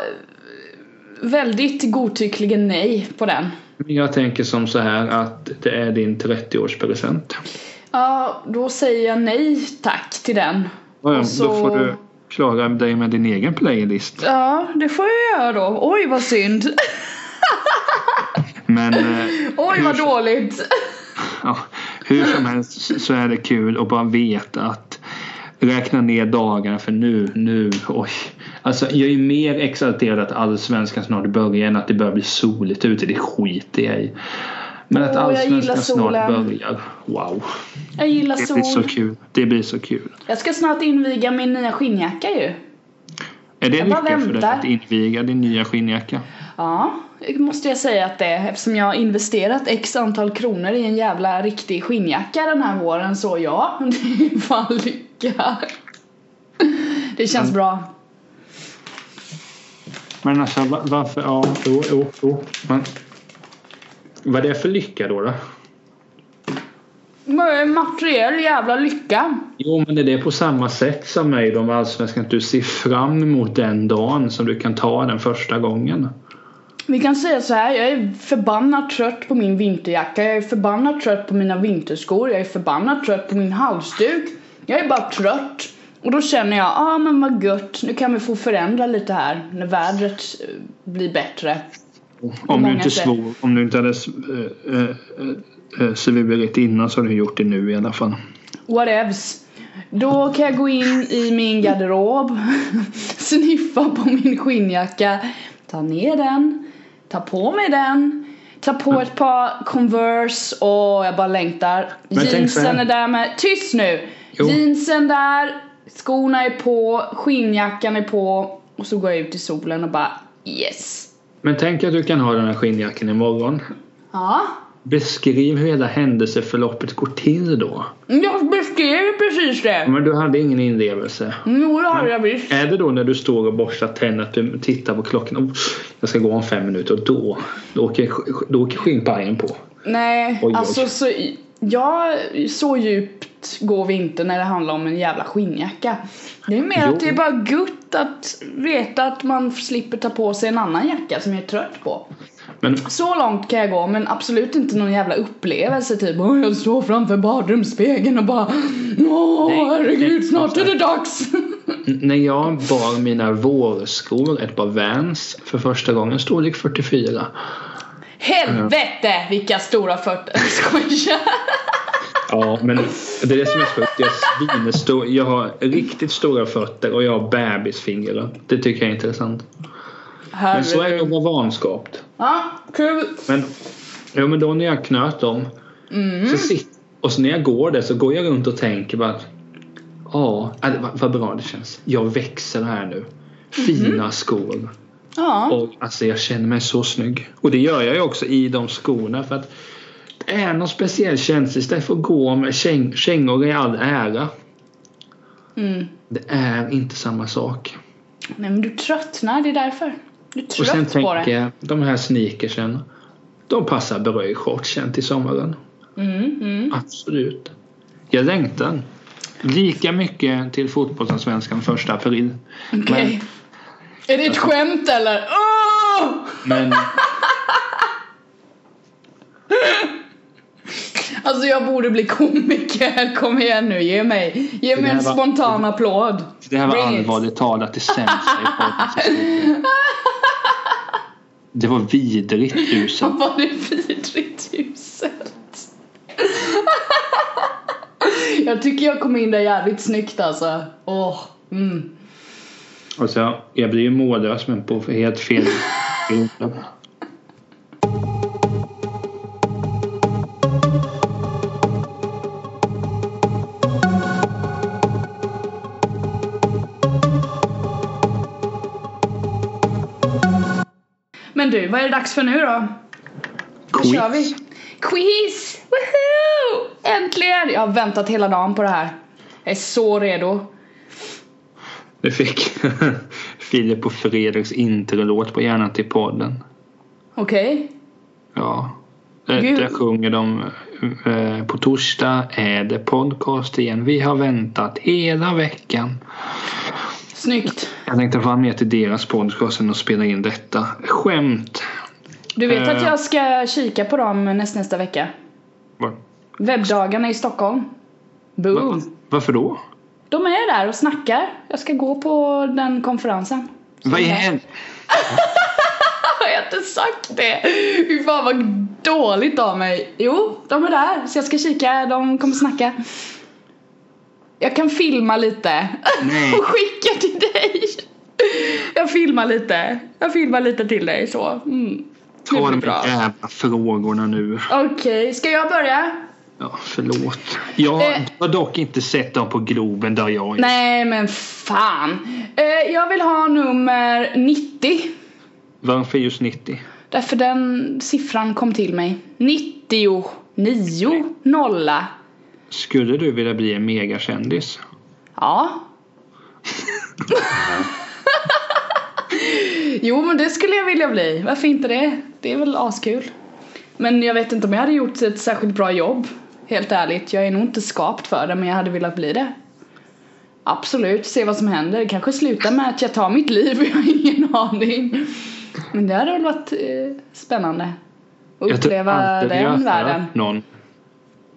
S2: väldigt godtyckligen nej på den.
S1: Men jag tänker som så här att det är din 30-årspresent.
S2: Ja, då säger jag nej tack till den.
S1: Ja, så... Då får du klara dig med din egen playlist.
S2: Ja, det får jag göra då. Oj, vad synd.
S1: Men... eh,
S2: Oj vad dåligt!
S1: Ja, hur som helst så är det kul att bara veta att räkna ner dagarna för nu, nu, oj. Alltså jag är mer exalterad att allsvenskan snart börjar än att det börjar bli soligt ute. Det skiter jag i. Men att
S2: Åh, jag gillar
S1: allsvenskan snart
S2: solen.
S1: börjar. Wow.
S2: Jag gillar
S1: Det blir så
S2: sol.
S1: kul. Det blir så kul.
S2: Jag ska snart inviga min nya skinnjacka ju.
S1: Är det
S2: Jag bara
S1: lycka för dig
S2: väntar.
S1: att inviga din nya skinnjacka?
S2: Ja, måste jag säga att det är, eftersom jag har investerat x antal kronor i en jävla riktig skinnjacka den här våren så ja, det är fan lycka. Det
S1: Mm.
S2: känns bra.
S1: Men alltså va- varför? Ja, jo, jo, jo. Men, vad är det för lycka då? då?
S2: Men Materiell jävla lycka.
S1: Jo, men är det på samma sätt som mig om allsvenskan? Att du ser fram emot den dagen som du kan ta den första gången?
S2: Vi kan säga så här, jag är förbannat trött på min vinterjacka, jag är förbannat trött på mina vinterskor, jag är förbannat trött på min halsduk. Jag är bara trött. Och då känner jag, ah men vad gött, nu kan vi få förändra lite här när vädret eh, blir bättre.
S1: Om du
S2: många
S1: inte
S2: sätt.
S1: svor, om du inte hade eh, eh, eh, svurit innan så har du gjort det nu i alla fall.
S2: Whatevs. Då kan jag gå in i min garderob, sniffa på min skinnjacka, ta ner den, ta på mig den, ta på ett par Converse och jag bara längtar.
S1: Men tänk så här.
S2: Jeansen är där med. Tyst nu!
S1: Jo.
S2: Jeansen där, skorna är på, skinnjackan är på och så går jag ut i solen och bara yes.
S1: Men tänk att du kan ha den här skinnjackan imorgon.
S2: Ja,
S1: Beskriv hur hela händelseförloppet går till då.
S2: jag beskrev ju precis det.
S1: Men du hade ingen inlevelse.
S2: Jo, det
S1: Mm.
S2: har jag visst.
S1: Är det då när du står och borstar tänderna att du tittar på klockan och jag ska gå om fem minuter och då, då åker, då åker skinnpajen på?
S2: Nej,
S1: Oj, oj.
S2: alltså så, ja, så djupt går vi inte när det handlar om en jävla skinnjacka. Det är mer
S1: Jo.
S2: att det är bara gutt att veta att man slipper ta på sig en annan jacka som jag är trött på.
S1: Men
S2: Så långt kan jag gå men absolut inte någon jävla upplevelse typ Åh, jag står framför badrumsspegeln och bara Åh
S1: Nej, nej,
S2: herregud snart är det dags!
S1: n- när jag bar mina vårskor, ett par Vans, för första gången storlek 44.
S2: Helvete vilka stora fötter! Skoja!
S1: Ja, men det är det som är så sjukt. Jag, är svinstor- jag har riktigt stora fötter och jag har bebisfingrar. Det tycker jag är intressant. Men så är det att vara vanskapt.
S2: Ja, kul!
S1: Men, ja, men då när jag knöt dem. Så sit, och så när jag går där så går jag runt och tänker bara att, Ja, ah, vad, vad bra det känns. Jag växer här nu. Fina skor.
S2: Ja,
S1: Och alltså jag känner mig så snygg. Och det gör jag ju också i de skorna för att det är någon speciell känsla istället för att gå med käng, kängor i all ära.
S2: mm.
S1: Det är inte samma sak.
S2: Nej men du tröttnar, det är därför. Du är
S1: Och sen
S2: trött på
S1: tänker
S2: det.
S1: jag, de här sneakersen. De passar bra i shortsen till sommaren.
S2: Mm, mm.
S1: Absolut. Jag längtar. Lika mycket till fotbollsallsvenskan första april.
S2: Okej. Är det ett skämt eller? Åh!
S1: Men, men
S2: Alltså jag borde bli komiker, kom igen nu, ge mig. Ge
S1: Det
S2: mig en
S1: här var-
S2: spontan applåd.
S1: det här var
S2: Bring it.
S1: allvarligt talat det sämsta i poddens historia. Det var vidrigt uselt.
S2: Vad var det vidrigt huset? jag tycker jag kom in där jävligt snyggt alltså. Åh, mm.
S1: Alltså, jag blir ju mållös men på helt fel grunder.
S2: Men du, vad är det dags för nu då? Då kör vi.
S1: Quiz.
S2: Quiz! Woohoo! Äntligen! Jag har väntat hela dagen på det här. Jag är så redo.
S1: Nu fick Filip och Fredriks introlåt på hjärnan till podden.
S2: Okej?
S1: Ja. Eh,
S2: Gud.
S1: Där sjunger de eh, på torsdag är det podcast igen. Vi har väntat hela veckan.
S2: Snyggt.
S1: Jag tänkte vara med till deras podcast sen och spela in detta. Skämt.
S2: Du vet
S1: Eh.
S2: att jag ska kika på dem näst, nästa vecka?
S1: Var,
S2: Webbdagarna i Stockholm. Boom.
S1: va, varför då?
S2: De är där och snackar. Jag ska gå på den konferensen.
S1: Vad är
S2: Har jag inte sagt det? Fy fan vad dåligt av mig. Jo, de är där så jag ska kika, de kommer snacka. Jag kan filma lite
S1: Nej.
S2: och skicka till dig. Jag filmar lite. Jag filmar lite till dig så. Mm. Det
S1: Ta
S2: blir
S1: de
S2: bra.
S1: här jävla frågorna nu.
S2: Okej, ska jag börja?
S1: Ja, förlåt. Jag
S2: Eh.
S1: har dock inte sett dem på Globen där jag är.
S2: Nej men fan. Eh, jag vill ha nummer 90.
S1: Varför just 90?
S2: Därför den siffran kom till mig. 90 9 0
S1: Skulle du vilja bli en megakändis?
S2: Ja. jo men det skulle jag vilja bli. Varför inte det? Det är väl askul. Men jag vet inte om jag hade gjort ett särskilt bra jobb. Helt ärligt, jag är nog inte skapt för det men jag hade velat bli det. Absolut, se vad som händer. Det kanske slutar med att jag tar mitt liv, jag har ingen aning. Men det hade väl varit eh, spännande.
S1: Jag
S2: Att
S1: tror
S2: uppleva
S1: aldrig jag har
S2: den världen.
S1: hört Någon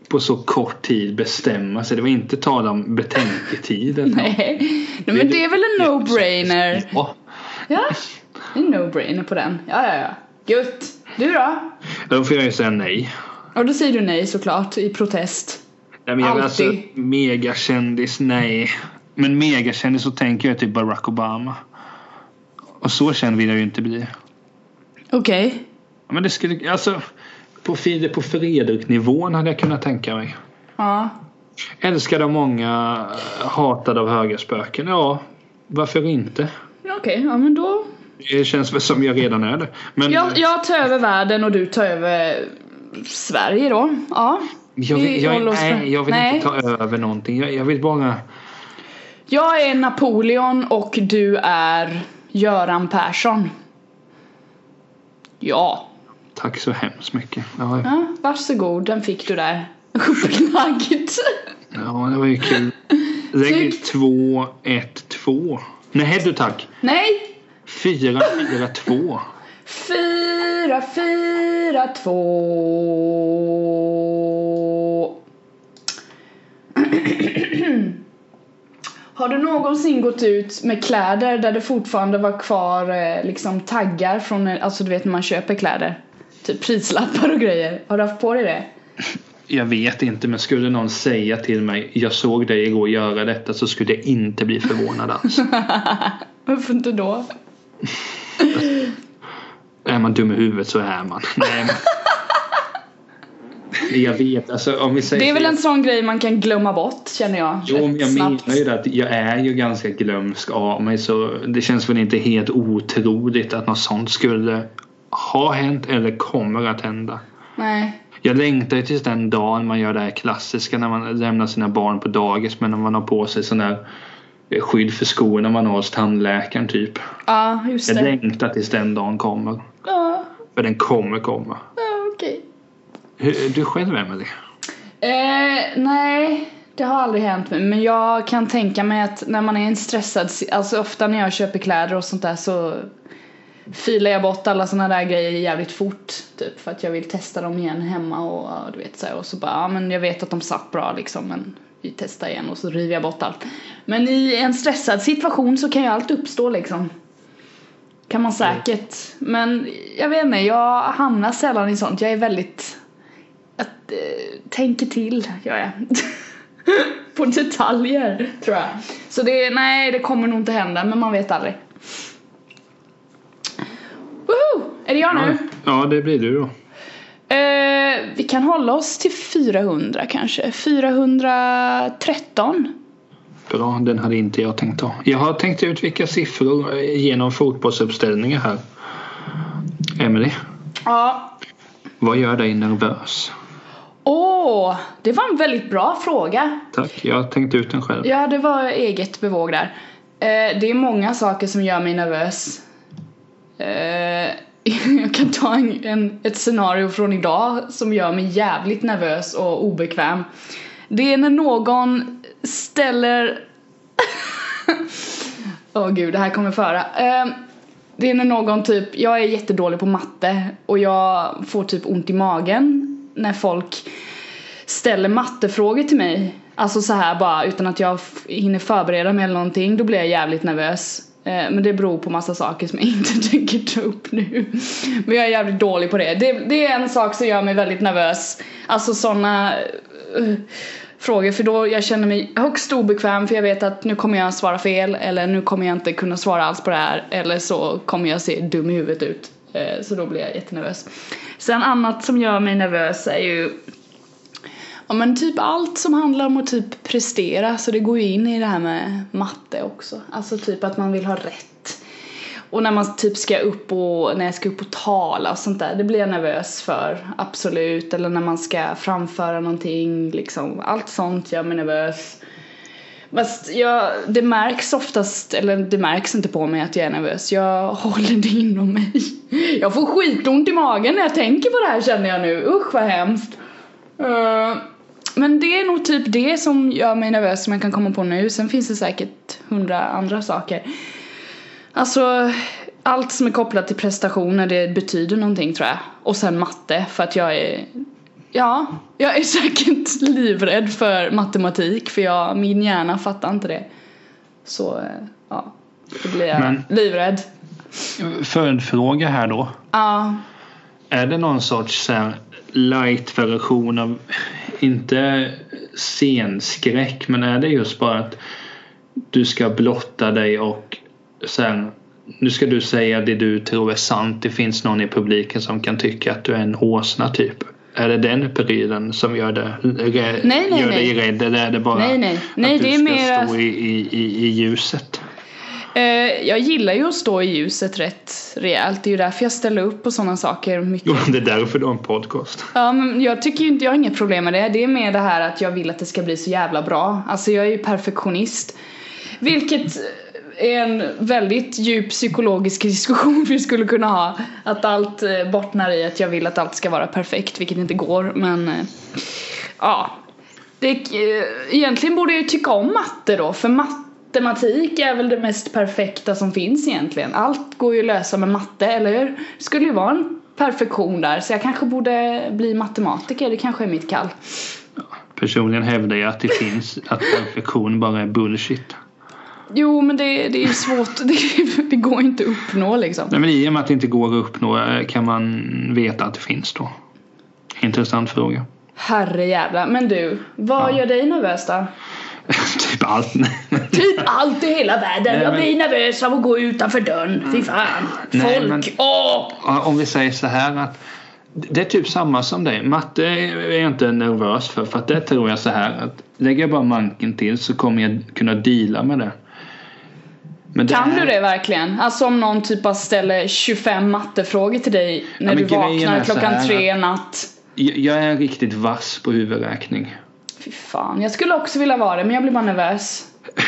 S1: på så kort tid bestämma sig. Det var inte tal om betänketid. eller något.
S2: Nej. Nej men det är väl en no-brainer.
S1: Ja.
S2: Ja, det är no-brainer på den. Ja, ja, ja. Gött. Du då?
S1: Då får jag ju säga nej.
S2: Och då säger du nej såklart i protest.
S1: Nej, men jag vill alltså,
S2: Alltid.
S1: megakändis, nej. Men megakändis så tänker jag typ Barack Obama. Och så känd vill jag ju inte bli.
S2: Okej.
S1: Ja, Men det skulle, alltså, på Filip och Fredrik-nivån hade jag kunnat tänka mig.
S2: Ja.
S1: Älskad av många, hatad av högerspöken. Ja, varför inte?
S2: Okej, ja men då.
S1: Det känns väl som jag redan är det. Men eh,
S2: Jag, jag tar över världen och du tar över Sverige då. Ja.
S1: jag,
S2: vi
S1: vill- jag,
S2: håller oss för-
S1: nej, jag vill
S2: Nej.
S1: inte ta över någonting. Jag, jag vill bara...
S2: Jag är Napoleon och du är Göran Persson. Ja.
S1: Tack så hemskt mycket. Ja, ja.
S2: ja varsågod, den fick du där. Upplagt.
S1: ja det var ju kul. Lägg
S2: Snyggt.
S1: 2, 1, 2. Nej du tack.
S2: Nej,
S1: 4, 4, 2.
S2: Fyra, fyra, två. Har du någonsin gått ut med kläder där det fortfarande var kvar eh, liksom taggar från, eh, alltså du vet när man köper kläder? Typ prislappar och grejer. Har du haft på dig det?
S1: Jag vet inte men skulle någon säga till mig jag såg dig igår göra detta så skulle jag inte bli förvånad alls.
S2: Varför inte då?
S1: Är man dum i huvudet så är man. Nej, men... Jag vet, alltså om vi säger
S2: Det är väl
S1: så-
S2: en sån grej man kan glömma bort känner jag.
S1: Jo, men jag
S2: Snabbt.
S1: menar ju det att jag är ju ganska glömsk av mig så det känns väl inte helt otroligt att något sånt skulle ha hänt eller kommer att hända.
S2: Nej.
S1: Jag längtar ju tills den dagen man gör det här klassiska när man lämnar sina barn på dagis men när man har på sig sån där eh, skydd för skorna man har hos tandläkaren typ.
S2: Ja, just
S1: Jag
S2: det.
S1: längtar tills den dagen kommer.
S2: Ja,
S1: För den kommer komma.
S2: ja, okej.
S1: Hur- Du själv Emelie?
S2: Eh, nej, det har aldrig hänt mig. Men jag kan tänka mig att när man är i en stressad... si- Alltså ofta när jag köper kläder och sånt där så filar jag bort alla såna där grejer jävligt fort. Typ för att jag vill testa dem igen hemma och ja, du vet så här, Och så bara, ja men jag vet att de satt bra liksom men vi testar igen och så river jag bort allt. Men i en stressad situation så kan ju allt uppstå liksom. Kan man säkert. Men jag vet inte, jag hamnar sällan i sånt. Jag är väldigt att, eh, tänker till, gör jag. På detaljer, tror jag. Så det, nej, det kommer nog inte hända, men man vet aldrig. Woho! Är det jag nu?
S1: Ja det blir du då.
S2: Eh, vi kan hålla oss till 400 kanske. 413.
S1: Bra, den hade inte jag tänkt ta. Jag har tänkt ut vilka siffror eh, genom fotbollsuppställningar här. Emily,
S2: Ja.
S1: vad gör dig nervös?
S2: Åh, det var en väldigt bra fråga.
S1: Tack, jag har tänkt ut den själv.
S2: Ja, det var eget bevåg där. Eh, det är många saker som gör mig nervös. Eh, jag kan ta en, en, ett scenario från idag som gör mig jävligt nervös och obekväm. Det är när någon ställer... Åh gud, det här kommer föra. Eh, det är när någon typ, jag är jättedålig på matte och jag får typ ont i magen när folk ställer mattefrågor till mig. Alltså så här bara utan att jag f- hinner förbereda mig eller någonting. Då blir jag jävligt nervös. Eh, Men det beror på massa saker som jag inte tänker ta upp nu. Men jag är jävligt dålig på det. Det, det är en sak som gör mig väldigt nervös. Alltså sådana frågor för då jag känner mig högst obekväm för jag vet att nu kommer jag svara fel eller nu kommer jag inte kunna svara alls på det här eller så kommer jag se dum i huvudet ut. Eh, Så då blir jag jättenervös. Sen annat som gör mig nervös är ju Ja men typ allt som handlar om att typ prestera så det går ju in i det här med matte också. Alltså typ att man vill ha rätt. Och när man typ ska upp och, när jag ska upp och tala och sånt där, det blir jag nervös för. Absolut. Eller när man ska framföra någonting liksom. Allt sånt gör mig nervös. Fast jag, det märks oftast, eller det märks inte på mig att jag är nervös. Jag håller det inom mig. Jag får skitont i magen när jag tänker på det här känner jag nu. Usch vad hemskt. Eh, men det är nog typ det som gör mig nervös som jag kan komma på nu. Sen finns det säkert hundra andra saker. Alltså, allt som är kopplat till prestationer det betyder någonting tror jag. Och sen matte för att jag är Ja, jag är säkert livrädd för matematik för jag, min hjärna fattar inte det. Så, eh, ja. Då blir jag
S1: Men-
S2: livrädd.
S1: Följdfråga här då.
S2: Ja,
S1: Är det någon sorts så här light-version av, inte scenskräck, men är det just bara att du ska blotta dig och sen nu ska du säga det du tror är sant. Det finns någon i publiken som kan tycka att du är en åsna typ. Är det den prylen som gör, det, rä-
S2: Nej, nej,
S1: gör dig
S2: nej.
S1: rädd eller är det bara
S2: Nej, nej. Nej,
S1: att du
S2: det är
S1: ska
S2: mer-
S1: stå i, i, i, i ljuset?
S2: Eh, jag gillar ju att stå i ljuset rätt rejält. Det är ju därför jag ställer upp på sådana saker mycket.
S1: Jo, det är därför du har en podcast.
S2: Ja, men jag tycker ju inte, jag har inget problem med det. Det är mer det här att jag vill att det ska bli så jävla bra. Alltså jag är ju perfektionist. Vilket är en väldigt djup psykologisk diskussion vi skulle kunna ha. Att allt eh, bottnar i att jag vill att allt ska vara perfekt, vilket inte går. Men eh, ja, det, eh, egentligen borde jag ju tycka om matte då, för matematik är väl det mest perfekta som finns egentligen. Allt går ju att lösa med matte, eller hur? Det skulle ju vara en perfektion där, så jag kanske borde bli matematiker, det kanske är mitt kall.
S1: Personligen hävdar jag att det finns, att perfektion bara är bullshit.
S2: Jo, men det, det är ju svårt, det, det går ju inte att uppnå liksom.
S1: Nej, men I och med att det inte går att uppnå eh, kan man veta att det finns då. Intressant fråga.
S2: Herre jävla. men du, vad
S1: Ja.
S2: gör dig nervös då?
S1: typ allt. Nej,
S2: Typ allt i hela världen,
S1: Nej,
S2: jag
S1: men-
S2: blir nervös av att gå utanför dörren, fy fan.
S1: Nej,
S2: Folk,
S1: men-
S2: åh!
S1: Om vi säger så här att det är typ samma som dig. Matte är jag inte nervös för. För att det tror jag så här att lägger jag bara manken till så kommer jag kunna deala med det. Men det
S2: Kan
S1: här-
S2: du det verkligen? Alltså om någon typ bara ställer 25 mattefrågor till dig när
S1: men
S2: du
S1: grejen är
S2: vaknar
S1: så
S2: klockan
S1: här
S2: tre i natt.
S1: Jag jag är riktigt vass på huvudräkning.
S2: Fy fan, jag skulle också vilja vara det men jag blir bara nervös.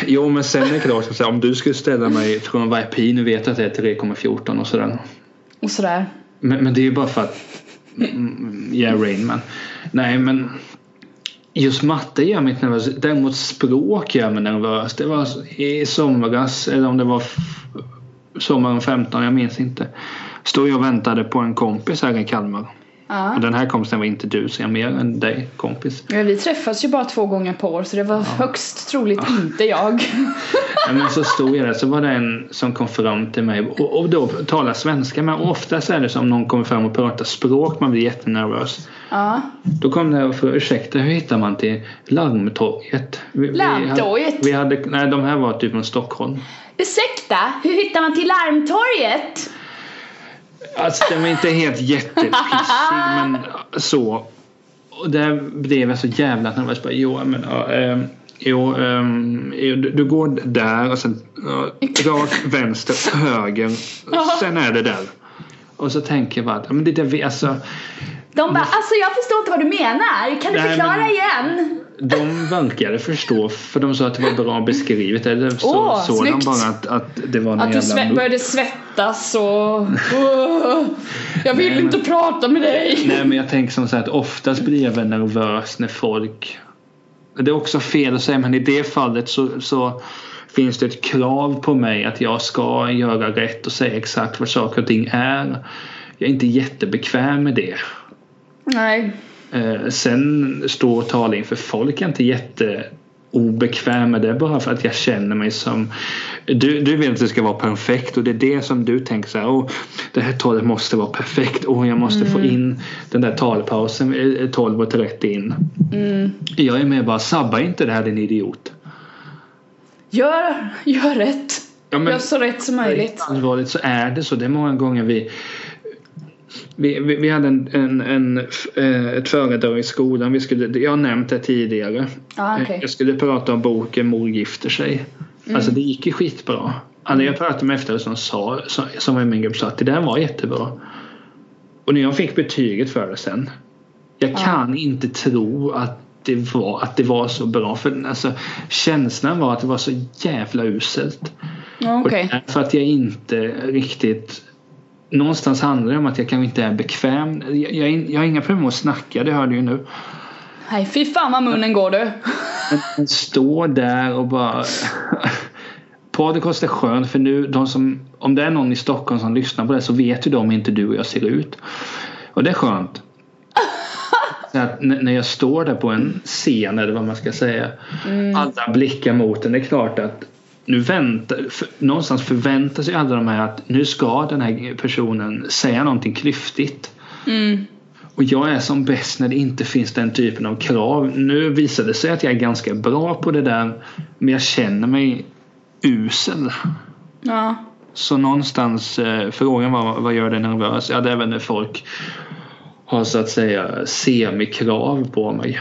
S1: Jo men sen är det klart att så här, om du skulle ställa mig från varje pi, nu vet jag att det är 3,14 och sådär.
S2: Och sådär.
S1: Men, men det är ju bara för att mm, jag är Rainman. Nej men just matte gör mig inte nervös. Däremot språk gör mig nervös. Det var i somras eller om det var f- sommaren 15, jag minns inte. Stod jag och väntade på en kompis här i Kalmar. Och
S2: Ja.
S1: den här kompisen var inte du, så jag är mer än dig kompis.
S2: Ja, vi träffas ju bara två gånger per år så det var högst
S1: Ah.
S2: troligt inte jag.
S1: Ja, Men så stod jag där så var det en som kom fram till mig och, och då talar svenska. Men oftast är det som någon kommer fram och pratar språk, man blir jättenervös.
S2: Ja.
S1: Då kom det här och frågade ursäkta hur hittar man till Larmtorget? Vi- vi hade-
S2: Larmtorget?
S1: Vi hade, nej de här var typ från Stockholm.
S2: Ursäkta, hur hittar man till Larmtorget?
S1: Alltså den var inte helt jättepissig men äh, så. Och där blev jag så jävla nervös. Bara, jo, men, ja, ehm, jo, ehm, jo, du, du går där och sen ja, rakt vänster, höger. Sen är det där. Och så tänker jag bara att ja, men det där, vi- alltså,
S2: De bara, alltså jag förstår inte vad du menar, kan
S1: du Mm. Nej, förklara men-
S2: igen?
S1: de verkade förstå för de sa att det var bra beskrivet. Eller så
S2: Åh,
S1: såg de
S2: snyggt.
S1: bara att, att det var en
S2: Att du
S1: jävla
S2: sve-
S1: mupp.
S2: började svettas och... Åh, jag vill
S1: Nej, men-
S2: inte prata med dig!
S1: Nej men jag tänker som så här att oftast blir jag väl nervös när folk Det är också fel att säga men i det fallet så, så finns det ett krav på mig att jag ska göra rätt och säga exakt vad saker och ting är. Jag är inte jättebekväm med det.
S2: Nej.
S1: Eh, sen stå och tala inför folk är jag inte jätteobekväm med det bara för att jag känner mig som Du, du vill att det ska vara perfekt och det är det som du tänker så här. Oh, det här talet måste vara perfekt. Oh, jag måste få in den där talpausen eh, 12 och 30 in.
S2: Mm.
S1: Jag är med bara sabba inte det här din idiot.
S2: Gör, gör rätt.
S1: Ja, men-
S2: gör så rätt som möjligt.
S1: allvarligt så är det så. Det är många gånger vi vi, vi, vi hade en, en, en, f- eh, ett föredrag i skolan. Vi skulle, jag har nämnt det tidigare.
S2: Ah, okej. Mm.
S1: Jag skulle prata om boken Mor gifter sig. Alltså det gick ju skitbra. Alla jag pratade med efteråt som, sa, som, som var i min grupp sa att det där var jättebra. Och när jag fick betyget för det sen. Jag kan inte tro att det, var, att det var så bra. För alltså, känslan var att det var så jävla uselt.
S2: Ja,
S1: Och
S2: Okej.
S1: det är För att jag inte riktigt Någonstans handlar det om att jag kanske inte är bekväm. Jag, jag, jag har inga problem med att snacka, det hör du ju nu.
S2: Nej, fy fan vad munnen går du.
S1: Men stå där och bara... Podcast är skön för nu, de som, om det är någon i Stockholm som lyssnar på det så vet ju de hur inte du och jag ser ut. Och det är skönt. Så Att n- när jag står där på en scen eller vad man ska säga. Alla blickar mot den. Det är klart att nu väntar, för, någonstans förväntar sig alla de här att nu ska den här personen säga någonting klyftigt.
S2: Mm.
S1: Och jag är som bäst när det inte finns den typen av krav. Nu visade det sig att jag är ganska bra på det där men jag känner mig usel.
S2: Ja.
S1: Så någonstans, eh, frågan var vad gör dig nervös? Ja, det är väl när folk har så att säga semikrav på mig.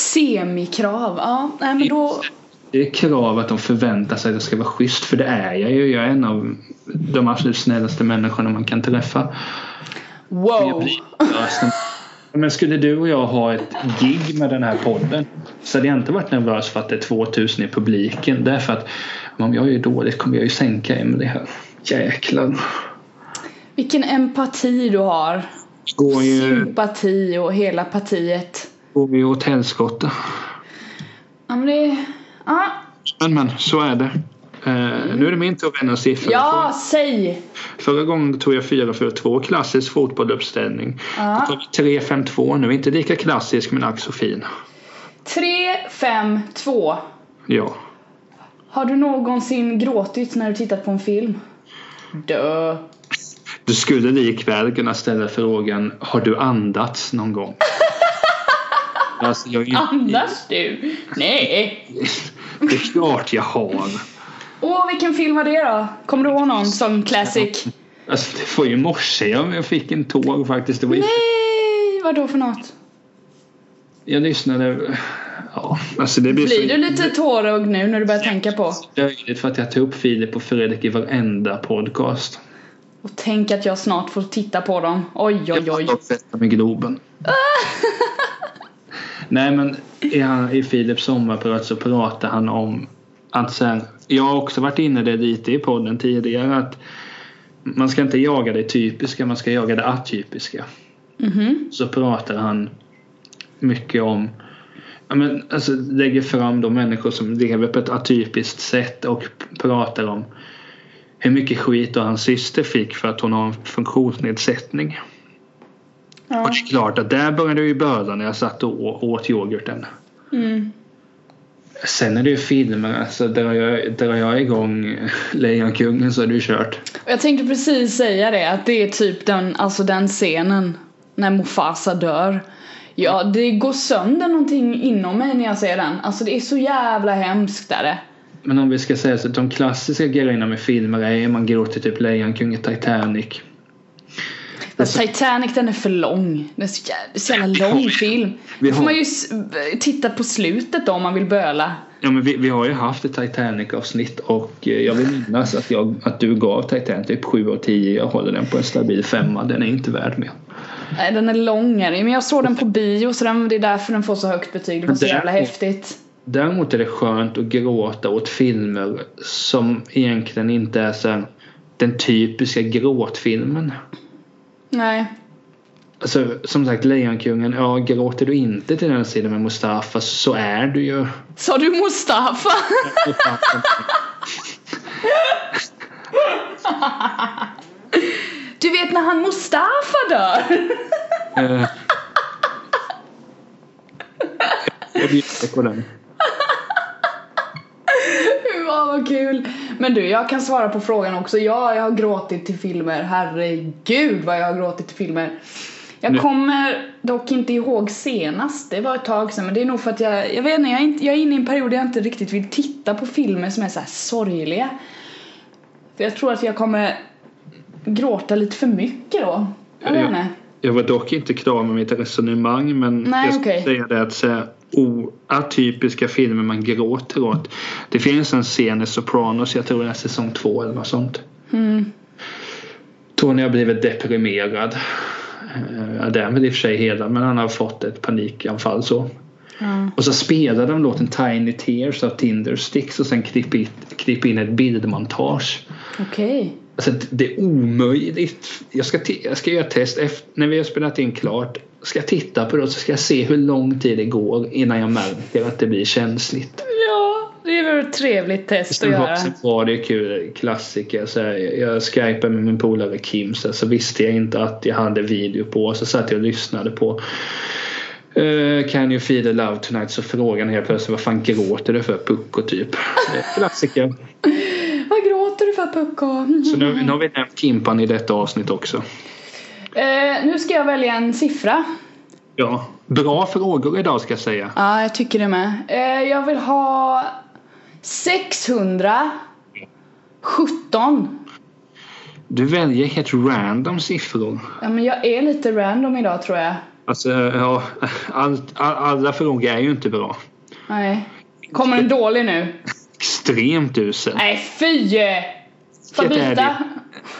S2: Semikrav. Ja, nej men då.
S1: Det är krav att de förväntar sig att jag ska vara schysst för det är jag ju. Jag är en av de absolut snällaste människorna man kan träffa.
S2: Wow.
S1: Men skulle du och jag ha ett gig med den här podden så hade jag inte varit nervös för att det är 2000 i publiken. Därför att om jag är dåligt kommer jag ju sänka Emelie här. Jäklar.
S2: Vilken empati du har.
S1: Går ju,
S2: Sympati och hela partiet.
S1: går ju åt helskotta.
S2: Ja men det. Ja,
S1: Men men, så är det. Eh, nu är det min tur att vända siffror.
S2: ja säg.
S1: Förra gången tog jag 4-4-2, klassisk fotbolluppställning.
S2: Ja.
S1: Då tar vi 3-5-2 nu, inte lika klassisk men ack så fin.
S2: Tre, fem, två.
S1: Ja.
S2: Har du någonsin gråtit när du tittat på en film? Dö.
S1: Du skulle likväl kunna ställa frågan Har du andats någon gång? alltså, jag är ju-
S2: Andas du? Nej.
S1: Det är klart jag har.
S2: Åh, vilken film var det då? Kommer du ihåg någon som classic?
S1: Alltså, det var ju i morse jag jag fick en tåg faktiskt. Det var ju,
S2: Nej, vad då för något?
S1: jag lyssnade. Ja, alltså det blir,
S2: Blir du
S1: så
S2: lite tårögd nu när du börjar tänka på?
S1: löjligt för att jag tog upp Filip och Fredrik i varenda podcast.
S2: Och tänk att jag snart får titta på dem. Oj, oj, oj.
S1: Jag får sätta med Globen. Nej men i, han, i Philips sommarprat så pratar han om att så här, jag har också varit inne det lite i podden tidigare att man ska inte jaga det typiska, man ska jaga det atypiska.
S2: Mhm.
S1: Så pratar han mycket om ja, men, alltså, lägger fram de människor som lever på ett atypiskt sätt och p- pratar om hur mycket skit då hans syster fick för att hon har en funktionsnedsättning.
S2: Ja.
S1: Och det är klart att där började jag ju böla när jag satt och å- åt yoghurten.
S2: Mm.
S1: Sen är det ju filmer, alltså drar jag, drar jag igång Lejonkungen så är det ju kört.
S2: Och jag tänkte precis säga det, att det är typ den, alltså den scenen när Mufasa dör. Ja, det går sönder någonting inom mig när jag ser den. Alltså det är så jävla hemskt är det.
S1: Men om vi ska säga så, de klassiska grejerna med filmer är ju man gråter typ Lejonkungen, Titanic.
S2: Fast Titanic den är för lång. Den är så jävla, så jävla lång film.
S1: vi
S2: Då får
S1: har-
S2: man ju s- titta på slutet då om man vill böla.
S1: Ja men vi, vi har ju haft ett Titanic-avsnitt och eh, jag vill minnas att, jag, att du gav Titanic typ 7 av 10. Jag håller den på en stabil femma, den är inte värd mer.
S2: Nej den är lång är det. Men jag såg den på bio så den, det är därför den får så högt betyg. Det var så
S1: Där-
S2: jävla häftigt.
S1: Däremot är det skönt att gråta åt filmer som egentligen inte är så här, den typiska gråtfilmen.
S2: Nej.
S1: Alltså, som sagt, Lejonkungen, ja gråter du inte till den sidan med Mustafa så är du ju...
S2: Sa du Mustafa? Du vet när han Mustafa dör?
S1: Eh, jag bjuder på den.
S2: Ja, vad kul. Men du, jag kan svara på frågan också. Ja, jag har gråtit till filmer. Herregud vad jag har gråtit till filmer. Jag
S1: Nu-
S2: kommer dock inte ihåg senast, det var ett tag sedan men det är nog för att jag, jag vet inte, jag är, inte, jag är inne i en period där jag inte riktigt vill titta på filmer som är så här sorgliga. För jag tror att jag kommer gråta lite för mycket då. Jag vet
S1: Ja.
S2: inte.
S1: Jag var dock inte klar med mitt resonemang men
S2: Nej,
S1: jag skulle
S2: okej.
S1: säga det att så här, oatypiska filmer man gråter åt. Det finns en scen i Sopranos, jag tror det är säsong två eller något sånt.
S2: Mm.
S1: Tony har blivit deprimerad. Eh, Ja, den är väl i och för sig hedrad men han har fått ett panikanfall så.
S2: Ja.
S1: Och så spelar de låten Tiny Tears av Tinder Sticks och sen klipper it- klipper in ett bildmontage.
S2: Okej.
S1: Alltså det- det är omöjligt. Jag ska, ti- jag ska göra ett test efter, när vi har spelat in klart. Ska jag titta på det och så ska jag se hur lång tid det går innan jag märker att det blir känsligt.
S2: Ja, det var ett trevligt test att
S1: Sen var
S2: göra.
S1: också bra, det är kul, klassiker. Så här, jag skypade med min polare Kim så, här, så visste jag inte att jag hade video på så satt jag och lyssnade på eh, Can you feel the love tonight? Så frågan helt plötsligt vad fan gråter du för pucko typ? Så det är Klassiker.
S2: Vad gråter du för Pucko?
S1: Så nu, nu har vi nämnt Kimpan i detta avsnitt också.
S2: Eh, nu ska jag välja en siffra.
S1: Ja, bra frågor idag ska jag säga.
S2: Ja, jag tycker det med. Eh, jag vill ha 617.
S1: Du väljer helt random siffror.
S2: Ja, men jag är lite random idag tror jag.
S1: Alltså, ja, allt, all, alla frågor är ju inte bra.
S2: Nej. Kommer en dålig nu?
S1: Extremt usel.
S2: Nej, fy! Får
S1: Det är
S2: byta?
S1: det.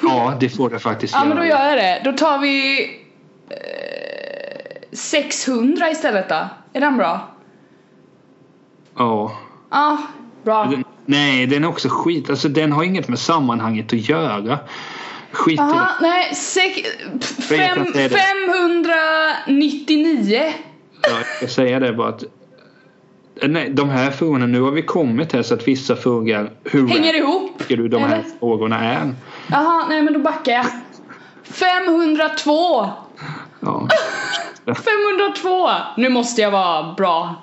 S1: Ja, det får det faktiskt
S2: Ja, men då gör jag det. Då tar vi eh, 600 istället då. Är den bra?
S1: Ja.
S2: Ja, bra.
S1: Den- Nej, den är också skit. Alltså den har inget med sammanhanget att göra. Skit i det.
S2: Aha, nej, sex, pff,
S1: Jag vet
S2: fem,
S1: att det är det.
S2: 599.
S1: Ja, Jag ska säga det bara att Nej, de här frågorna, nu har vi kommit här så att vissa frågar hur
S2: Hänger
S1: Hänger
S2: ihop.
S1: du de här
S2: Eller?
S1: frågorna är?
S2: Jaha, nej men då backar jag. 502!
S1: Ja.
S2: 502! Nu måste jag vara bra.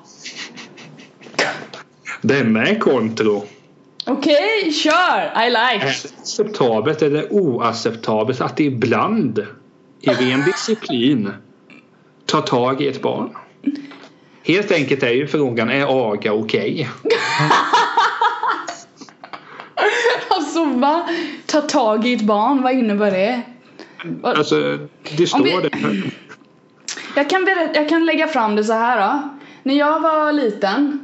S1: Det är med kontro.
S2: Okej, kör! I like!
S1: acceptabelt eller oacceptabelt att ibland i ren disciplin ta tag i ett barn? Helt enkelt är ju frågan, är aga okej?
S2: Alltså va? Ta tag i ett barn, vad innebär det?
S1: Alltså, det står
S2: vi-
S1: det.
S2: Jag kan, berätta, jag kan lägga fram det så här då. När jag var liten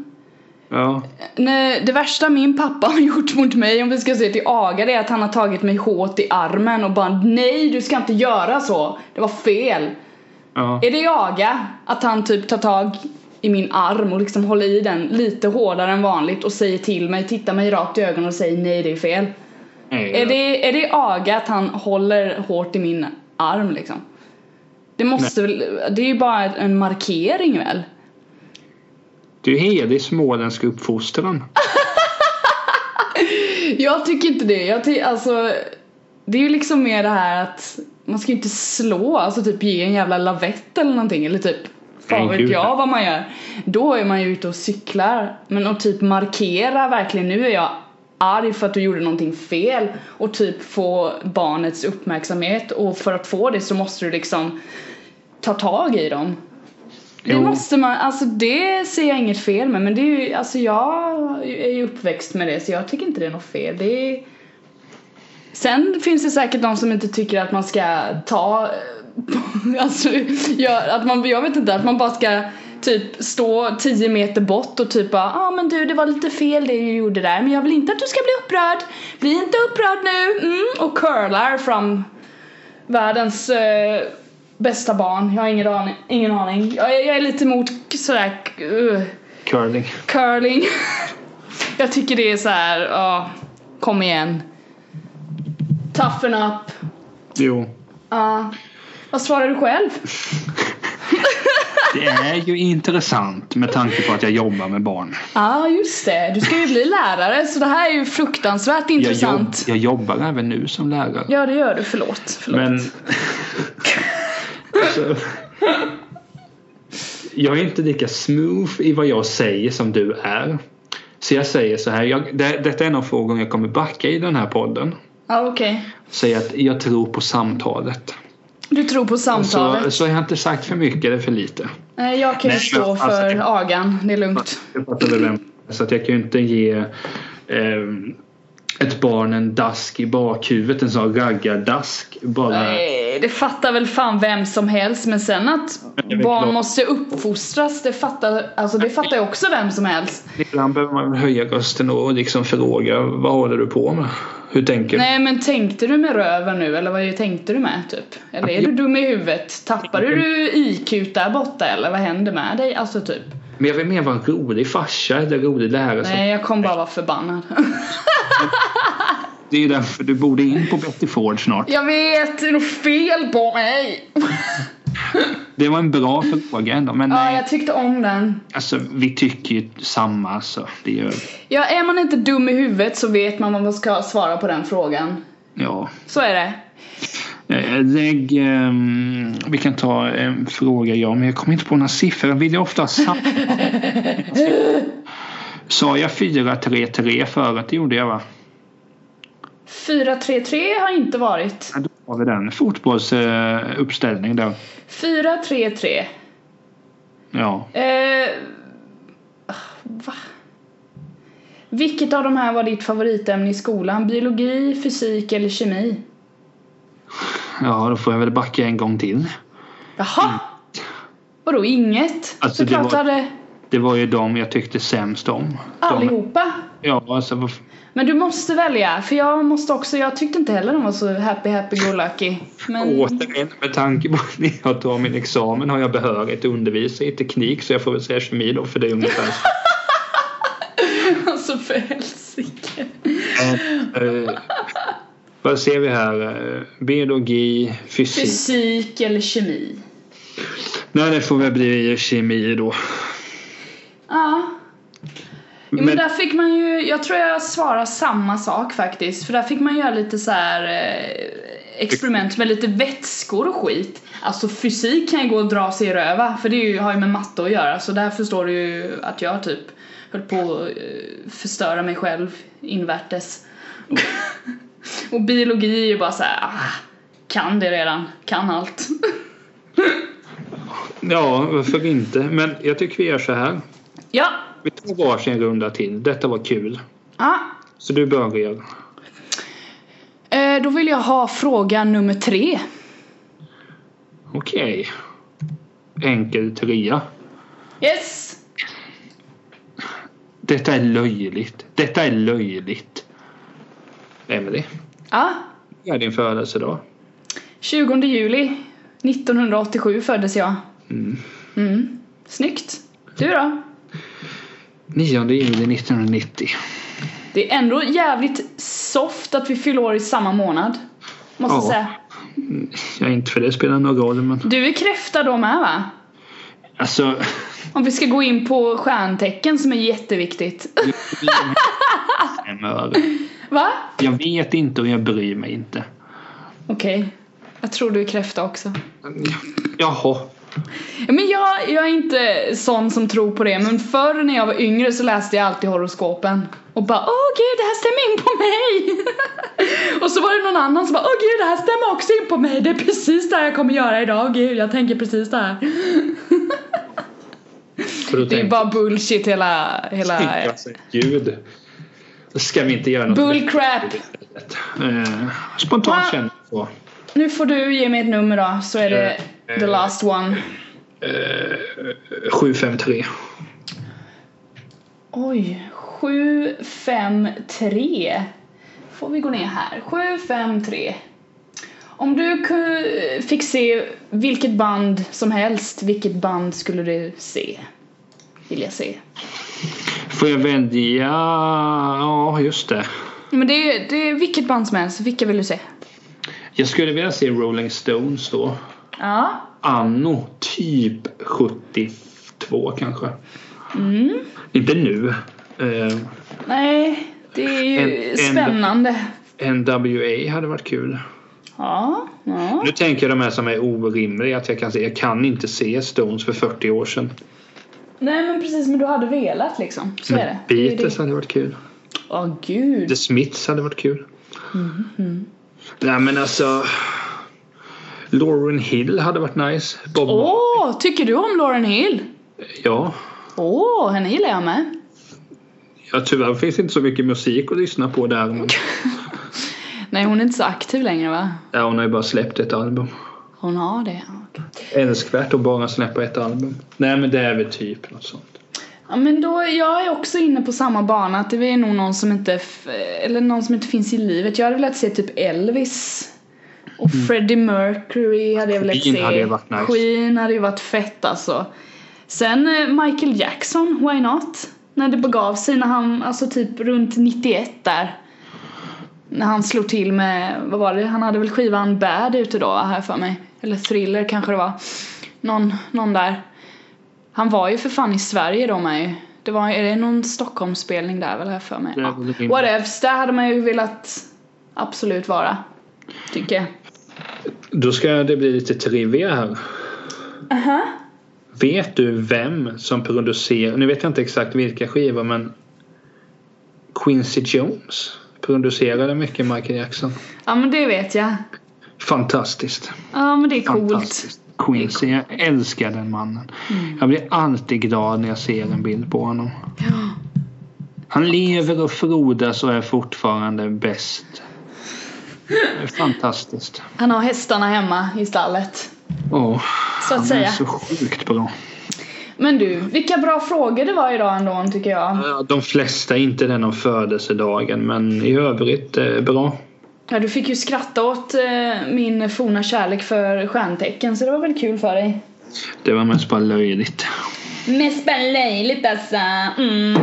S1: Ja.
S2: Nej, det värsta min pappa har gjort mot mig om vi ska se till aga det är att han har tagit mig hårt i armen och bara nej du ska inte göra så. Det var fel.
S1: ja.
S2: Är det aga? Att han typ tar tag i min arm och liksom håller i den lite hårdare än vanligt och säger till mig, tittar mig rakt i ögonen och säger nej det är fel.
S1: Nej,
S2: Är, det, är det aga att han håller hårt i min arm liksom? Det måste väl, det är ju bara en markering väl?
S1: Du är ju helig småländsk uppfostran.
S2: Ah, Jag tycker inte det. Jag ty- alltså, det är ju liksom mer det här att man ska ju inte slå, alltså typ ge en jävla lavett eller någonting eller typ fan
S1: Nej,
S2: vet
S1: gud,
S2: jag
S1: nej.
S2: vad man gör. Då är man ju ute och cyklar. Men att typ markera verkligen nu är jag arg för att du gjorde någonting fel och typ få barnets uppmärksamhet och för att få det så måste du liksom ta tag i dem. Det
S1: Jo.
S2: måste man, alltså det ser jag inget fel med men det är ju, alltså jag är ju uppväxt med det så jag tycker inte det är något fel. Det är... Sen finns det säkert de som inte tycker att man ska ta, eh, alltså gör, att man, jag vet inte, att man bara ska typ stå 10 meter bort och typ bara ja ah, men du det var lite fel det du gjorde där men jag vill inte att du ska bli upprörd, bli inte upprörd nu mm, och curlar fram världens eh, bästa barn. Jag har ingen aning. Ingen aning. Jag, är- jag är lite emot k- sådär k- uh,
S1: Curling.
S2: curling. jag tycker det är så här, ja, kom igen. Toughen up.
S1: Jo.
S2: Ja. vad svarar du själv?
S1: Det är ju intressant med tanke på att jag jobbar med barn.
S2: Ja, just det. Du ska ju bli lärare så det här är ju fruktansvärt
S1: Jag, jobb,
S2: intressant.
S1: jag jobbar även nu som lärare.
S2: Ja, det gör du. Förlåt. Förlåt.
S1: Men... alltså, jag är inte lika smooth i vad jag säger som du är. Så jag säger så här, jag, det, detta är en av frågorna jag kommer backa i den här podden.
S2: Ja, okej.
S1: Säg att jag tror på samtalet.
S2: Du tror
S1: Alltså,
S2: på samtalet.
S1: Så, så jag har inte sagt för mycket eller för lite.
S2: Nej, jag kan ju
S1: Nej,
S2: stå
S1: men, alltså,
S2: för
S1: jag-
S2: agan. Det är lugnt.
S1: Jag fattar väl vem. Så att jag kan ju inte ge eh, ett barn en dask i bakhuvudet, en sån raggardask. Bara,
S2: Nej, det fattar väl fan vem som helst. Men sen att
S1: det är
S2: barn
S1: klart.
S2: måste uppfostras, det fattar, alltså det fattar ju också vem som helst.
S1: Ibland behöver man väl höja rösten och liksom fråga vad håller du på med? Hur tänker du?
S2: Nej men tänkte du med röven nu eller vad tänkte du med typ? Eller är du dum i huvudet? Tappade du IQ där borta eller vad händer med dig? Alltså typ.
S1: Men jag vill mer vara en rolig farsa eller rolig lärare. som-
S2: Nej jag kommer bara vara förbannad.
S1: Det är ju därför du borde in på Betty Ford snart.
S2: Jag vet, det är nog fel på mig.
S1: Det var en bra fråga ändå. Men
S2: Ja
S1: nej,
S2: jag tyckte om den.
S1: alltså, vi tycker ju samma. Så det gör vi.
S2: Ja är man inte dum i huvudet så vet man vad man ska svara på den frågan.
S1: Ja.
S2: Så är det.
S1: Eh, Lägg, ehm, vi kan ta en fråga jag, men jag kommer inte på några siffror. Jag vill ju ofta ha samma. Sa jag 4-3-3 förut? Det gjorde jag va?
S2: 4-3-3 har inte varit.
S1: Ja, Då har vi den. Fotbollsuppställning där.
S2: 4-3-3.
S1: Ja.
S2: Eh, va? Vilket av de här var ditt favoritämne i skolan? Biologi, fysik eller kemi?
S1: ja, då får jag väl backa en gång till.
S2: Jaha! Vadå inget?
S1: Mm. Alltså, det
S2: Såklart
S1: var-
S2: hade
S1: Det var ju de jag tyckte sämst om. De,
S2: allihopa.
S1: ja, alltså, vad-
S2: Men du måste välja, för jag måste också, jag tyckte inte heller de var så happy happy go lucky. Men
S1: Återigen, med tanke på att när jag tar min examen har jag behörighet att undervisa i teknik så jag får väl säga kemi då för det är ungefär så.
S2: alltså för helsike.
S1: Eh, Vad ser vi här? Eh, Biologi, fysik.
S2: Fysik eller kemi?
S1: Nej, det får väl bli kemi då.
S2: Ja. Jo, men,
S1: Men-
S2: där fick man ju, jag tror jag svarar samma sak faktiskt. För där fick man göra lite så här eh, experiment med lite vätskor och skit. Alltså fysik kan ju gå och dra sig i röva, för det är ju, har ju med matte att göra. Så där förstår du ju att jag typ höll på att eh, förstöra mig själv invärtes. och biologi är ju bara så här, ah, kan det redan, kan allt.
S1: Ja, varför inte? Men jag tycker vi gör så här.
S2: ja,
S1: Vi tar varsin runda till. Detta var kul.
S2: ah,
S1: Så du börjar.
S2: Eh, Då vill jag ha fråga nummer tre.
S1: Okej. Enkel trea.
S2: Yes!
S1: Detta är löjligt. Detta är löjligt. Emelie,
S2: Ja,
S1: vad är din födelsedag?
S2: 20 juli 1987 föddes jag.
S1: Mm.
S2: Mm. Snyggt. Du då?
S1: 9 juli 1990.
S2: Det är ändå jävligt soft att vi fyller år i samma månad. Måste
S1: Ja.
S2: säga.
S1: Ja, inte för det spelar någon roll, men
S2: Du är kräfta då med va?
S1: alltså.
S2: Om vi ska gå in på stjärntecken som är jätteviktigt. va?
S1: Jag vet inte och jag bryr mig inte.
S2: Okej. Jag tror du är kräfta också.
S1: Jaha.
S2: Ja, Men jag, jag är inte sån som tror på det men förr när jag var yngre så läste jag alltid horoskopen och bara åh gud det här stämmer in på mig! och så var det någon annan som bara åh gud det här stämmer också in på mig, det är precis det här jag kommer göra idag, gud jag tänker precis det här.
S1: För då
S2: Det är
S1: tänkte
S2: bara bullshit hela, hela
S1: jag så här, alltså, Gud. Då ska vi inte göra något.
S2: bullcrap!
S1: istället. Eh, Spontant känner jag så.
S2: Nu får du ge mig ett nummer då så är det the last one.
S1: Eh, 753.
S2: Oj, 753. Får vi gå ner här? 753. Om du ku- fick se vilket band som helst, vilket band skulle du se? Vill jag se.
S1: Får jag välja? Ja, just det.
S2: Men det är, det är vilket band som helst, vilka vill du se?
S1: Jag skulle vilja se Rolling Stones då.
S2: Ja.
S1: Anno typ 72 kanske. Inte nu. Eh,
S2: Mm. Nej, det är ju
S1: En- en-
S2: spännande.
S1: NWA hade varit kul.
S2: Ja, ja.
S1: Nu tänker jag de här som är orimliga att jag kan se. Jag kan inte se Stones för 40 år sedan.
S2: Nej men precis, men du hade velat liksom. Så är det. Det är ju
S1: Beatles
S2: det.
S1: hade varit kul.
S2: Åh gud.
S1: The Smiths hade varit kul. Nej men alltså. Lauren Hill hade varit nice. Bob
S2: Åh, tycker du om Lauren Hill?
S1: Ja.
S2: Åh, henne gillar jag med.
S1: ja. Tyvärr finns inte så mycket musik att lyssna på där. Men,
S2: Nej, hon är inte så aktiv längre va?
S1: ja, hon har ju bara släppt ett album.
S2: Hon har det. ja, okej.
S1: Älskvärt att bara släppa ett album. Nej men det är väl typ något sånt.
S2: Ja, men då, jag är också inne på samma bana. Att det är nog någon som inte, f- eller någon som inte finns i livet. Jag hade velat se typ Elvis. Och Freddie Mercury hade jag velat
S1: Mm. Queen
S2: se.
S1: hade ju varit nice.
S2: Queen hade ju varit fett alltså. Sen eh, Michael Jackson, why not? När det begav sig, när han, alltså typ runt 91 där. När han slog till med, vad var det, han hade väl skivan Bad ute då va, här för mig. Eller Thriller kanske det var. Någon, någon där. Han var ju för fan i Sverige då med ju. Det var, är det någon Stockholmsspelning där väl här för mig?
S1: Det är
S2: Ja.
S1: väl rimligt.
S2: Whatevs, där hade man ju velat absolut vara. Tycker jag.
S1: Då ska det bli lite trivia här.
S2: Aha.
S1: Vet du vem som producerar, nu vet jag inte exakt vilka skivor men Quincy Jones producerade mycket Michael Jackson.
S2: Ja men det vet jag.
S1: Fantastiskt.
S2: Ja men det är coolt.
S1: Fantastiskt. Quincy, jag älskar den mannen.
S2: Mm.
S1: Jag blir alltid glad när jag ser en bild på honom.
S2: Ja.
S1: Han lever och frodas och är fortfarande bäst. Det är Fantastiskt.
S2: Han har hästarna hemma i stallet.
S1: Åh,
S2: Så
S1: han
S2: att
S1: är
S2: säga.
S1: så sjukt bra.
S2: Men du, vilka bra frågor det var idag ändå tycker jag.
S1: Ja, De flesta, inte den om födelsedagen, men i övrigt eh, bra.
S2: Ja, du fick ju skratta åt eh, min forna kärlek för stjärntecken så det var väl kul för dig.
S1: Det var mest bara löjligt.
S2: Mest bara löjligt alltså. Mm.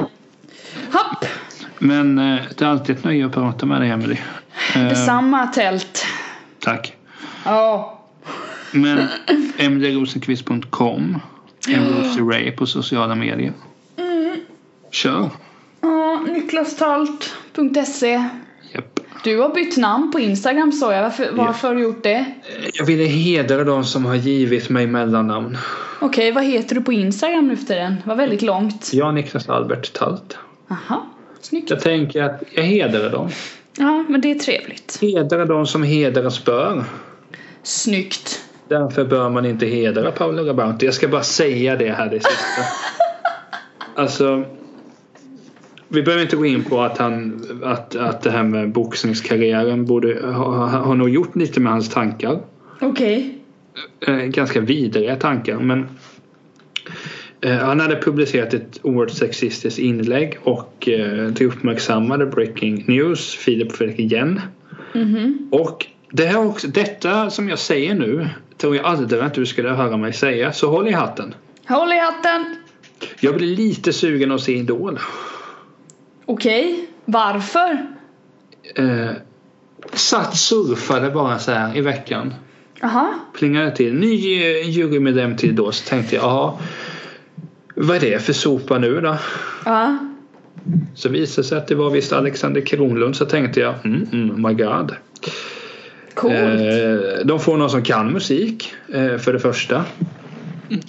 S2: Hopp!
S1: Men eh, det är alltid ett nöje att prata med dig, Emily. Eh,
S2: Detsamma tält.
S1: Tack.
S2: Ja.
S1: Men emilyrosenqvist.com Ray på sociala medier. Kör.
S2: Ja, niklastalt.se
S1: Japp.
S2: Du har bytt namn på Instagram såg jag. Varför, varför har du gjort det?
S1: Jag ville hedra de som har givit mig mellannamn.
S2: Okej, vad heter du på Instagram nu för tiden? Det var väldigt långt.
S1: Jag Niklas Albert Talt.
S2: Aha, snyggt.
S1: Jag tänker att jag hedrar dem.
S2: Ja, men det är trevligt.
S1: Hedrar de som hedras bör.
S2: Snyggt.
S1: Därför bör man inte hedra Paolo Rabanti. Jag ska bara säga det här det sista. Alltså, vi behöver inte gå in på att, han, att, att det här med boxningskarriären borde, har, har nog gjort lite med hans tankar.
S2: Okej.
S1: Eh, ganska vidriga tankar. Men eh, han hade publicerat ett oerhört sexistiskt inlägg och eh, det uppmärksammade Breaking News, Filip Fredrik igen.
S2: Mhm.
S1: Och det här också, detta som jag säger nu tror jag aldrig att du skulle höra mig säga, så håll i hatten.
S2: Håll i hatten.
S1: Jag blir lite sugen att se Idol.
S2: Okej, varför?
S1: Eh, satt surfade bara så här i veckan.
S2: Aha,
S1: plingade till. Ny eh, jurymedlem till då. Så tänkte jag, jaha. Vad är det för sopa nu då?
S2: ja.
S1: Så visade det sig att det var visst Alexander Kronlund. Så tänkte jag, mm, mm my god.
S2: Coolt.
S1: Eh, de får någon som kan musik eh, för det första.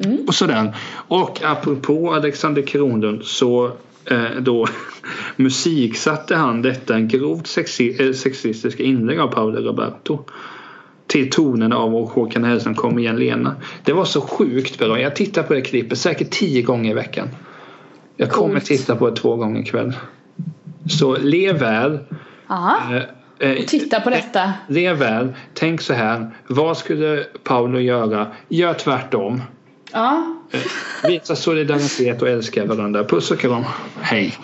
S2: Mm.
S1: Och sådär. Och apropå Alexander Kronlund så eh, då musiksatte han detta en grovt sexi- eh, sexistiska inlägg av Paolo Roberto. Till tonen av och Håkan Hellström kom igen Lena. Det var så sjukt bra. Jag tittar på det klippet säkert tio gånger i veckan. Jag kommer
S2: Coolt.
S1: titta på det två gånger ikväll. Så lev väl.
S2: Aha.
S1: Eh, eh,
S2: Titta på detta.
S1: Lev väl, tänk så här. Vad skulle Paolo göra? Gör tvärtom.
S2: Ja.
S1: Visa solidaritet och älska varandra. Puss och kram. Hej.